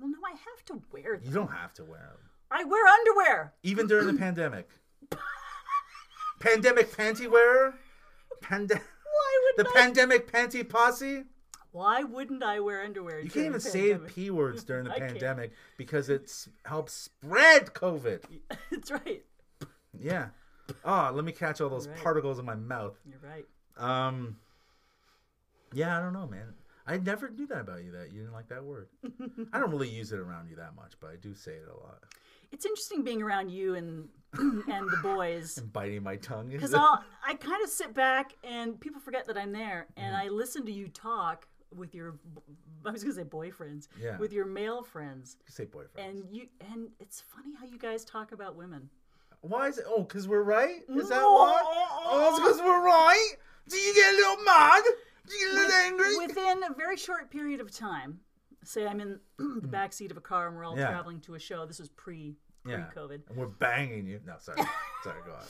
Speaker 3: Well, no, I have to wear them.
Speaker 2: You don't have to wear them,
Speaker 3: I wear underwear.
Speaker 2: even during the pandemic. pandemic panty wearer, Pande-
Speaker 3: Why
Speaker 2: the
Speaker 3: would
Speaker 2: pandemic panty posse.
Speaker 3: Why wouldn't I wear underwear?
Speaker 2: You can't
Speaker 3: during
Speaker 2: even
Speaker 3: the
Speaker 2: say
Speaker 3: pandemic?
Speaker 2: p words during the
Speaker 3: I can't.
Speaker 2: pandemic because it's helps spread COVID.
Speaker 3: That's right.
Speaker 2: Yeah. Oh, let me catch all those
Speaker 3: Right.
Speaker 2: particles in my mouth.
Speaker 3: You're right.
Speaker 2: Um. Yeah, I don't know, man. I never knew that about you. That you didn't like that word. I don't really use it around you that much, but I do say it a lot.
Speaker 3: It's interesting being around you and and the boys
Speaker 2: Biting my tongue.
Speaker 3: because I'll I kind of sit back and people forget that I'm there and
Speaker 2: Mm-hmm.
Speaker 3: I listen to you talk with your b- I was gonna say boyfriends
Speaker 2: Yeah.
Speaker 3: with your male friends
Speaker 2: say boyfriend.
Speaker 3: and you and it's funny how you guys talk about women.
Speaker 2: Why is it? Oh, because we're right? Is that
Speaker 3: No.
Speaker 2: why? Oh, it's because we're right? Do you get a little mad? Do you get a little angry?
Speaker 3: Within a very short period of time, say I'm in the back seat of a car and we're all
Speaker 2: Mm. Yeah.
Speaker 3: traveling to a show. This was pre pre
Speaker 2: yeah.
Speaker 3: COVID.
Speaker 2: And we're banging you. No, sorry. sorry, go on.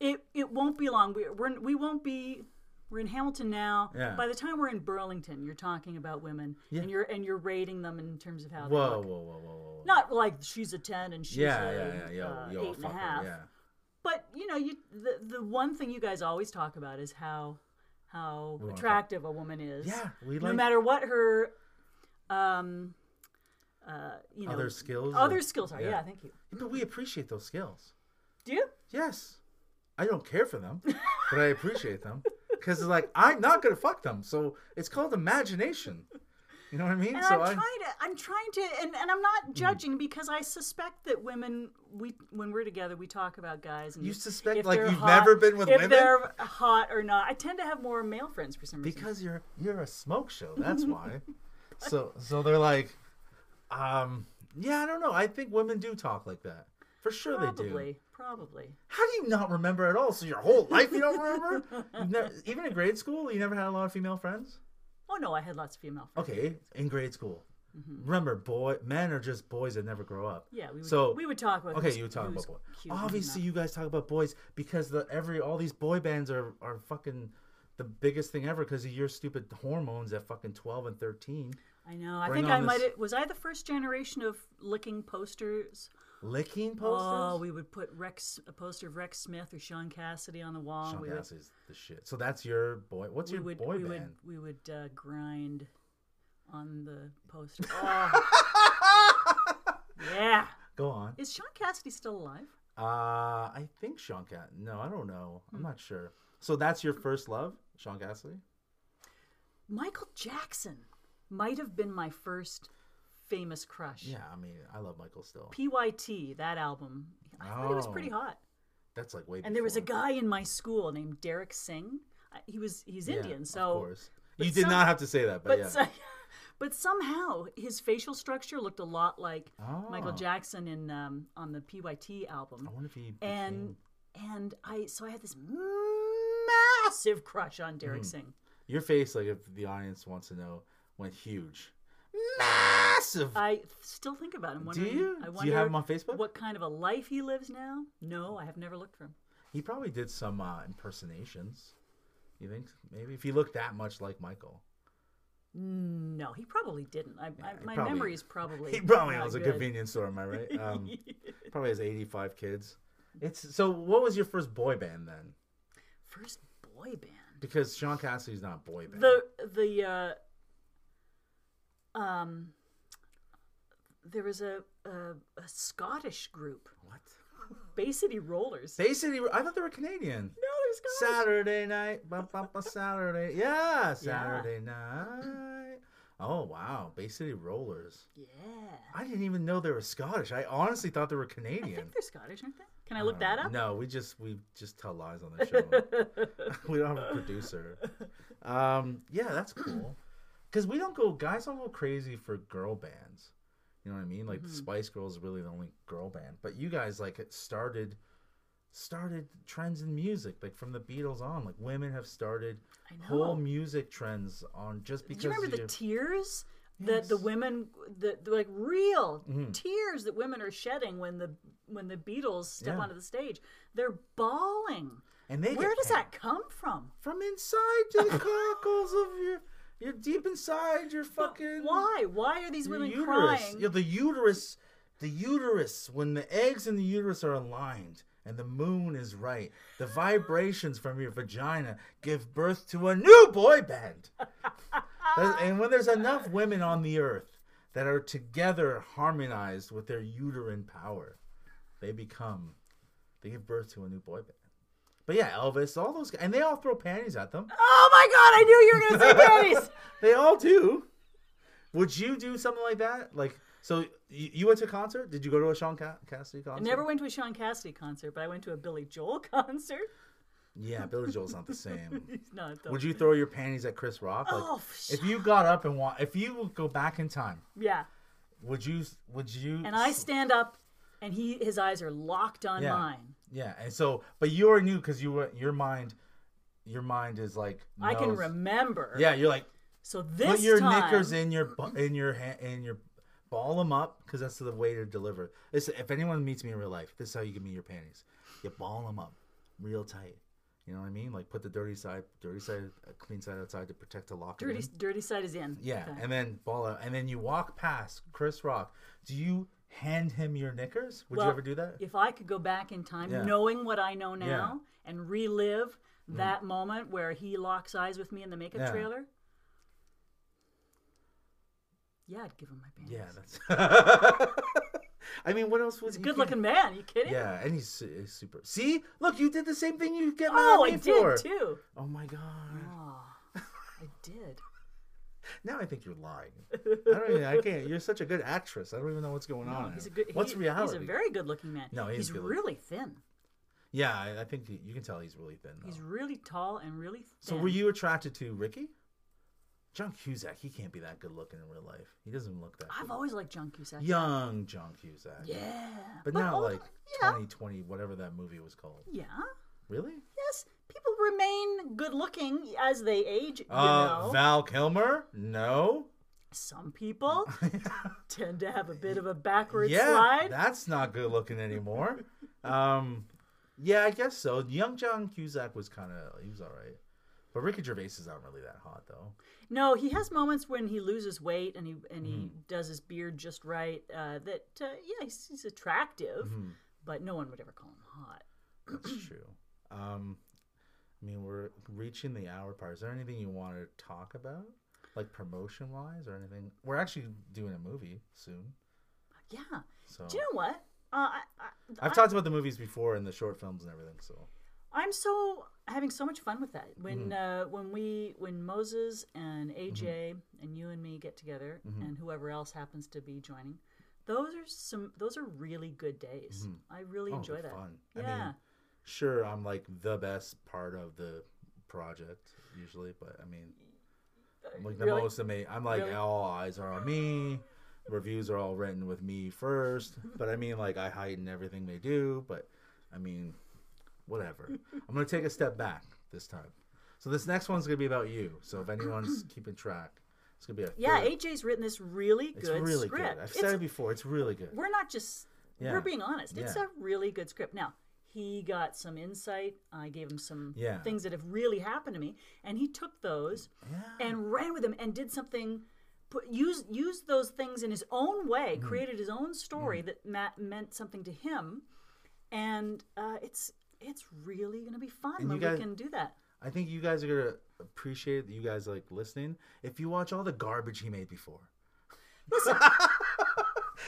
Speaker 3: It it won't be long. We're, we're we won't be. We're in Hamilton now.
Speaker 2: Yeah.
Speaker 3: By the time we're in Burlington, you're talking about women and you're and you're rating them in terms of how they
Speaker 2: Whoa, whoa,
Speaker 3: look.
Speaker 2: whoa, whoa, whoa. whoa.
Speaker 3: Not like she's a ten and she's
Speaker 2: yeah,
Speaker 3: a,
Speaker 2: yeah, yeah, yeah.
Speaker 3: uh,
Speaker 2: Yo,
Speaker 3: eight and a
Speaker 2: fucker,
Speaker 3: half.
Speaker 2: Yeah.
Speaker 3: But you know, you the the one thing you guys always talk about is how how
Speaker 2: wanna
Speaker 3: attractive a woman is.
Speaker 2: Yeah, we
Speaker 3: no
Speaker 2: like-
Speaker 3: matter what her um uh you know
Speaker 2: Other skills
Speaker 3: Other
Speaker 2: or-
Speaker 3: skills are,
Speaker 2: yeah.
Speaker 3: yeah. thank you.
Speaker 2: But we appreciate those skills.
Speaker 3: Do you?
Speaker 2: Yes. I don't care for them, but I appreciate them. Because, like, I'm not going to fuck them. So it's called imagination. You know what I mean?
Speaker 3: And
Speaker 2: so
Speaker 3: I'm
Speaker 2: I- Mm.
Speaker 3: trying to I'm trying to and, and I'm not judging because I suspect that women we when we're together we talk about guys and
Speaker 2: You suspect,
Speaker 3: if
Speaker 2: like,
Speaker 3: they're
Speaker 2: you've
Speaker 3: hot-
Speaker 2: never been with
Speaker 3: if
Speaker 2: women?
Speaker 3: they're hot or not. I tend to have more male friends for some reason.
Speaker 2: because you're you're a smoke show that's why so so they're like um yeah i don't know i think women do talk like that for sure they do
Speaker 3: probably, probably.
Speaker 2: how do you not remember at all so your whole life you don't remember You've never, even in grade school you never had a lot of female friends
Speaker 3: Oh no, I had lots of female friends.
Speaker 2: okay in grade school remember boy men are just boys that never grow up
Speaker 3: Mm-hmm. Yeah, we would,
Speaker 2: so
Speaker 3: we would talk about
Speaker 2: okay
Speaker 3: who's-
Speaker 2: you were talking
Speaker 3: who's
Speaker 2: about boys
Speaker 3: cute and who's
Speaker 2: obviously
Speaker 3: not.
Speaker 2: you guys talk about boys because the every all these boy bands are are fucking the biggest thing ever because of your stupid hormones at fucking 12 and 13
Speaker 3: I know. I
Speaker 2: Bring
Speaker 3: think I
Speaker 2: on
Speaker 3: might.
Speaker 2: this-
Speaker 3: have Was I the first generation of licking posters?
Speaker 2: Licking
Speaker 3: Oh,
Speaker 2: posters?
Speaker 3: we would put Rex a poster of Rex Smith or Sean Cassidy on the wall.
Speaker 2: Sean
Speaker 3: we would,
Speaker 2: Cassidy's the shit. So that's your boy. What's
Speaker 3: we
Speaker 2: your
Speaker 3: would,
Speaker 2: boy
Speaker 3: we
Speaker 2: band?
Speaker 3: would we would uh, grind on the poster. Oh. yeah.
Speaker 2: Go on.
Speaker 3: Is Sean Cassidy still alive?
Speaker 2: Uh, I think Sean Cat. No, I don't know.
Speaker 3: Hmm.
Speaker 2: I'm not sure. So that's your first love, Sean Cassidy.
Speaker 3: Michael Jackson might have been my first famous crush.
Speaker 2: Yeah, I mean, I love Michael still.
Speaker 3: PYT that album. I thought it was
Speaker 2: Oh.
Speaker 3: pretty hot.
Speaker 2: That's like way.
Speaker 3: And there was a
Speaker 2: before.
Speaker 3: guy in my school named Derek Singh. I- He was he's
Speaker 2: Yeah,
Speaker 3: Indian,
Speaker 2: of
Speaker 3: so
Speaker 2: course.
Speaker 3: but
Speaker 2: you did
Speaker 3: some-
Speaker 2: not have to say that, but,
Speaker 3: but
Speaker 2: yeah.
Speaker 3: so, but somehow his facial structure looked a lot like Michael
Speaker 2: Oh.
Speaker 3: Jackson in um, on the PYT album.
Speaker 2: I wonder if he. Became...
Speaker 3: And and I so I had this massive crush on
Speaker 2: Hmm.
Speaker 3: Derek Singh.
Speaker 2: your face, like, if the audience wants to know, went huge, massive.
Speaker 3: I still think about him. Wondering,
Speaker 2: you?
Speaker 3: I
Speaker 2: Do you
Speaker 3: wonder
Speaker 2: have him on Facebook?
Speaker 3: What kind of a life he lives now? No, I have never looked for him.
Speaker 2: He probably did some uh, impersonations. You think maybe if he looked that much like Michael.
Speaker 3: No, he probably didn't. I, I,
Speaker 2: he
Speaker 3: my
Speaker 2: probably-
Speaker 3: memory is probably
Speaker 2: He probably
Speaker 3: not
Speaker 2: owns a
Speaker 3: good.
Speaker 2: convenience store, am I right? Um, probably has 85 kids. It's so. What was your first boy band then?
Speaker 3: First boy band.
Speaker 2: Because Sean Cassidy's not a boy band.
Speaker 3: the the uh, um there was a, a, a Scottish group,
Speaker 2: What?
Speaker 3: Bay City Rollers.
Speaker 2: They said he, I thought they were Canadian.
Speaker 3: no, they're Scottish.
Speaker 2: Saturday night, ba ba ba Saturday, yeah, Saturday night. Oh wow, Bay City Rollers.
Speaker 3: Yeah.
Speaker 2: I didn't even know they were Scottish. I honestly thought they were
Speaker 3: I
Speaker 2: Canadian.
Speaker 3: think they're Scottish, aren't they? Can I
Speaker 2: Uh,
Speaker 3: look that up?
Speaker 2: No, we just we just tell lies on the show. we don't have a producer. Um, yeah, that's cool. Because we don't go guys don't go crazy for girl bands. You know what I mean?
Speaker 3: Mm-hmm.
Speaker 2: Like the Spice Girls is really the only girl band, but you guys like it started started trends in music like from the Beatles on. Like women have started
Speaker 3: I
Speaker 2: whole
Speaker 3: know.
Speaker 2: music trends on just
Speaker 3: Do you
Speaker 2: because
Speaker 3: remember the
Speaker 2: you-
Speaker 3: tears that the
Speaker 2: Yes. Mm-hmm.
Speaker 3: women, the, the, like real tears that women are shedding when the when the Beatles step
Speaker 2: Yeah.
Speaker 3: onto the stage? They're bawling.
Speaker 2: and they
Speaker 3: Where
Speaker 2: get
Speaker 3: does
Speaker 2: paid.
Speaker 3: that come from?
Speaker 2: from inside to the cockles of your you're deep inside your
Speaker 3: But
Speaker 2: fucking
Speaker 3: Why? Why are these
Speaker 2: The
Speaker 3: women
Speaker 2: uterus.
Speaker 3: crying?
Speaker 2: Yeah, the uterus, the uterus. When the eggs and the uterus are aligned and the moon is right, the vibrations from your vagina give birth to a new boy band. There's- and when there's enough women on the earth that are together harmonized with their uterine power, they become, they give birth to a new boy band. But yeah, Elvis, all those guys, and they all throw panties at them.
Speaker 3: Oh my God! I knew you were going to say panties.
Speaker 2: They all do. Would you do something like that? Like, so you, you went to a concert? Did you go to a Sean Ca- Cassidy
Speaker 3: I
Speaker 2: concert?
Speaker 3: never went to a Sean Cassidy concert, but I went to a Billy Joel concert.
Speaker 2: Yeah, Billy Joel's not the same.
Speaker 3: He's not. Though.
Speaker 2: Would you throw your panties at Chris Rock? Like,
Speaker 3: Oh, sh-
Speaker 2: if you got up and wa- if you would go back in time,
Speaker 3: yeah.
Speaker 2: would you? Would you?
Speaker 3: And I stand up, and he his eyes are locked on
Speaker 2: Yeah.
Speaker 3: mine.
Speaker 2: Yeah, and so, but you already knew because you were your mind, your mind is like
Speaker 3: I can
Speaker 2: knows-
Speaker 3: remember.
Speaker 2: Yeah, you're like
Speaker 3: So this
Speaker 2: put your
Speaker 3: time,
Speaker 2: knickers in your bu- in your hand in your ball them up because that's the way to deliver. This if anyone meets me in real life, this is how you give me your panties. You ball them up real tight. You know what I mean? Like put the dirty side, dirty side, uh, clean side outside to protect the locker.
Speaker 3: Dirty, dirty side is in.
Speaker 2: Yeah,
Speaker 3: Okay.
Speaker 2: and then ball out, and then you walk past Chris Rock. Do you hand him your knickers? Would
Speaker 3: Well,
Speaker 2: you ever do that?
Speaker 3: If I could go back in time,
Speaker 2: Yeah. Mm.
Speaker 3: knowing what I know now, and relive that moment where he locks eyes with me in the makeup
Speaker 2: Yeah.
Speaker 3: trailer, yeah, I'd give him my panties.
Speaker 2: Yeah, that's. I mean, what else was
Speaker 3: Good looking man. Are you kidding?
Speaker 2: Yeah, and he's, su- he's super. See, look, you did the same thing you get mad
Speaker 3: Oh,
Speaker 2: at
Speaker 3: I
Speaker 2: me
Speaker 3: did
Speaker 2: for.
Speaker 3: too.
Speaker 2: Oh my god.
Speaker 3: I did.
Speaker 2: Now I think you're lying. I don't even, I can't. You're such a good actress. I don't even know what's going on.
Speaker 3: He's a good.
Speaker 2: what's
Speaker 3: he-
Speaker 2: reality?
Speaker 3: He's a very good looking man.
Speaker 2: No, he's
Speaker 3: he's
Speaker 2: good-looking.
Speaker 3: really thin.
Speaker 2: Oh. yeah, I, I think you you can tell he's really thin. Though.
Speaker 3: He's really tall and really thin.
Speaker 2: so were you attracted to Ricky? John Cusack, he can't be that good looking in real life. He doesn't look that
Speaker 3: I've
Speaker 2: good.
Speaker 3: always liked John Cusack.
Speaker 2: young John Cusack.
Speaker 3: Yeah.
Speaker 2: But now
Speaker 3: old-
Speaker 2: like
Speaker 3: yeah.
Speaker 2: 2020 whatever that movie was called.
Speaker 3: Yeah.
Speaker 2: Really?
Speaker 3: Yes. People remain good looking as they age. You
Speaker 2: uh
Speaker 3: know.
Speaker 2: Val Kilmer? No.
Speaker 3: Some people tend to have a bit of a backward
Speaker 2: yeah,
Speaker 3: slide.
Speaker 2: that's not good looking anymore. um, yeah, I guess so. Young John Cusack was kind of he was all right, but Ricky Gervais is not really that hot though.
Speaker 3: No, he has moments when he loses weight and he and he
Speaker 2: Mm-hmm.
Speaker 3: does his beard just right. Uh, that uh, yeah, he's, he's attractive,
Speaker 2: Mm-hmm.
Speaker 3: but no one would ever call him hot.
Speaker 2: That's true. Um, I mean, we're reaching the hour part. Is there anything you want to talk about, like promotion wise or anything? We're actually doing a movie soon,
Speaker 3: Yeah.
Speaker 2: so
Speaker 3: Do you know what? Uh, I, I,
Speaker 2: I've talked about the movies before and the short films and everything. So
Speaker 3: I'm so having so much fun with that. When
Speaker 2: Mm-hmm.
Speaker 3: uh, when we when Moses and AJ and you and me get together
Speaker 2: Mm-hmm.
Speaker 3: and whoever else happens to be joining, those are some those are really good days. I really
Speaker 2: Oh,
Speaker 3: enjoy
Speaker 2: they're
Speaker 3: that.
Speaker 2: fun. I mean,
Speaker 3: Yeah.
Speaker 2: sure, I'm like the best part of the project usually, but I mean, I'm, like the
Speaker 3: really?
Speaker 2: most amazing. I'm like
Speaker 3: Uh, Really?
Speaker 2: all eyes are on me. Reviews are all written with me first, but I mean, like I heighten everything they do. But I mean, whatever. I'm gonna take a step back this time. So this next one's gonna be about you. So if anyone's keeping track, it's gonna be a
Speaker 3: yeah,
Speaker 2: third-
Speaker 3: AJ's written this really
Speaker 2: it's
Speaker 3: good
Speaker 2: really
Speaker 3: script.
Speaker 2: good. I've
Speaker 3: It's-
Speaker 2: said it before. It's really good.
Speaker 3: we're not just
Speaker 2: Yeah.
Speaker 3: we're being honest. It's
Speaker 2: Yeah.
Speaker 3: a really good script. Now, he got some insight. I gave him some
Speaker 2: Yeah.
Speaker 3: things that have really happened to me, and he took those and ran with them and did something. Put, used used those things in his own way.
Speaker 2: Mm.
Speaker 3: Created his own story that ma- meant something to him, and uh, it's it's really going to be fun
Speaker 2: you
Speaker 3: when
Speaker 2: guys-
Speaker 3: we can do that.
Speaker 2: I think you guys are gonna appreciate that you guys like listening if you watch all the garbage he made before.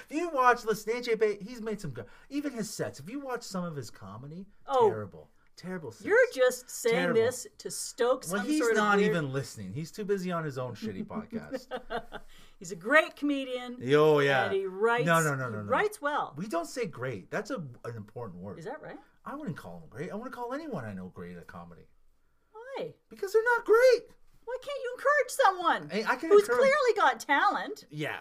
Speaker 2: If you watch listen, AJ Bay, he's made some good. Even his sets. If you watch some of his comedy,
Speaker 3: Oh.
Speaker 2: terrible, terrible. Sets.
Speaker 3: You're just saying
Speaker 2: Terrible.
Speaker 3: this to stoke some
Speaker 2: well, he's
Speaker 3: sort
Speaker 2: not
Speaker 3: of weird...
Speaker 2: even listening. He's too busy on his own shitty podcast.
Speaker 3: He's a great comedian.
Speaker 2: oh yeah.
Speaker 3: And he writes.
Speaker 2: No, no, no, no,
Speaker 3: he
Speaker 2: no.
Speaker 3: Writes well.
Speaker 2: We don't say great. That's a, an important word.
Speaker 3: Is that right?
Speaker 2: I wouldn't call him great. I wouldn't call anyone I know great at comedy
Speaker 3: Why?
Speaker 2: because they're not great.
Speaker 3: Why can't you encourage someone
Speaker 2: I- I can
Speaker 3: who's
Speaker 2: encourage-
Speaker 3: clearly got talent?
Speaker 2: Yeah.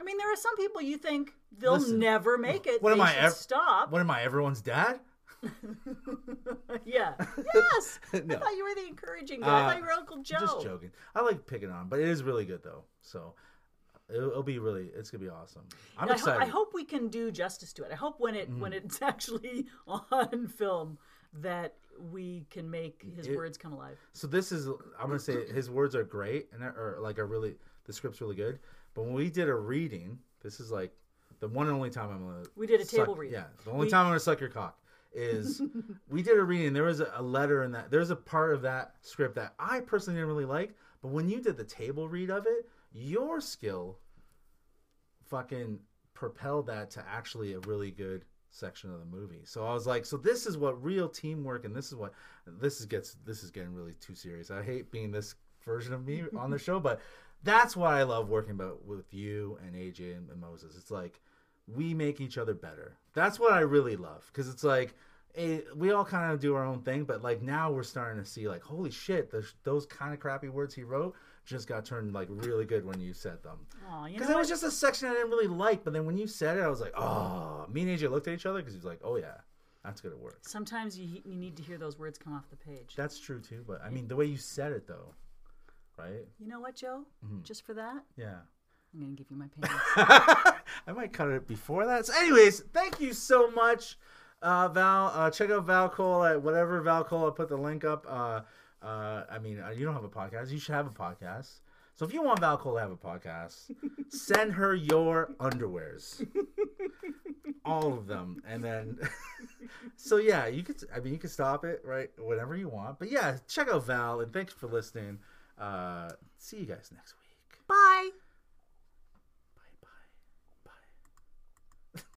Speaker 3: I mean, there are some people you think they'll
Speaker 2: Listen,
Speaker 3: never make it.
Speaker 2: what
Speaker 3: they
Speaker 2: am I,
Speaker 3: should
Speaker 2: ev-
Speaker 3: Stop.
Speaker 2: What am I, everyone's dad?
Speaker 3: Yeah. Yes. I
Speaker 2: No.
Speaker 3: thought you were the encouraging guy. I
Speaker 2: Uh,
Speaker 3: thought you were Uncle Joe.
Speaker 2: I'm Just joking. I like picking on, but it is really good though. So it'll, it'll be really, it's gonna be awesome. I'm
Speaker 3: I, ho-
Speaker 2: excited. Mm.
Speaker 3: I hope we can do justice to it. I hope when it when it's actually on film that we can make his
Speaker 2: It-
Speaker 3: words come alive.
Speaker 2: So this is, I'm gonna say his words are great and are like are really the script's really good. But when we did a reading, this is like the one and only time I'm gonna.
Speaker 3: We did a
Speaker 2: suck-
Speaker 3: table reading.
Speaker 2: Yeah, the only time I'm gonna suck your cock is we did a reading. There was a, a letter in that. There's a part of that script that I personally didn't really like. But when you did the table read of it, your skill fucking propelled that to actually a really good section of the movie. So I was like, so this is what real teamwork and this is what this is gets this is getting really too serious. I hate being this version of me on the show, but that's why I love working about with you and AJ and, and Moses. It's like we make each other better. That's what I really love because it's like it, we all kind of do our own thing, but like now we're starting to see like holy shit, those, those kind of crappy words he wrote just got turned like really good when you said them.
Speaker 3: Aw, you know
Speaker 2: Because that was
Speaker 3: what?
Speaker 2: just a section I didn't really like, but then when you said it, I was like, oh. Me and AJ looked at each other because he was like, oh yeah, that's gonna work.
Speaker 3: Sometimes you, you need to hear those words come off the page.
Speaker 2: That's true too, but I mean the way you said it though, right?
Speaker 3: You know what, Joe?
Speaker 2: Mm-hmm.
Speaker 3: Just for that,
Speaker 2: Yeah.
Speaker 3: I'm going to give you my pen.
Speaker 2: I might cut it before that. So anyways, thank you so much, uh, Val. Uh, check out Val Cole at whatever Val Cole. I put the link up. Uh, uh, I mean, uh, you don't have a podcast. You should have a podcast. So if you want Val Cole to have a podcast, send her your underwears, all of them, and then. so yeah, you could. I mean, you could stop it right whenever you want. But yeah, check out Val and thanks for listening. Uh, see you guys next week.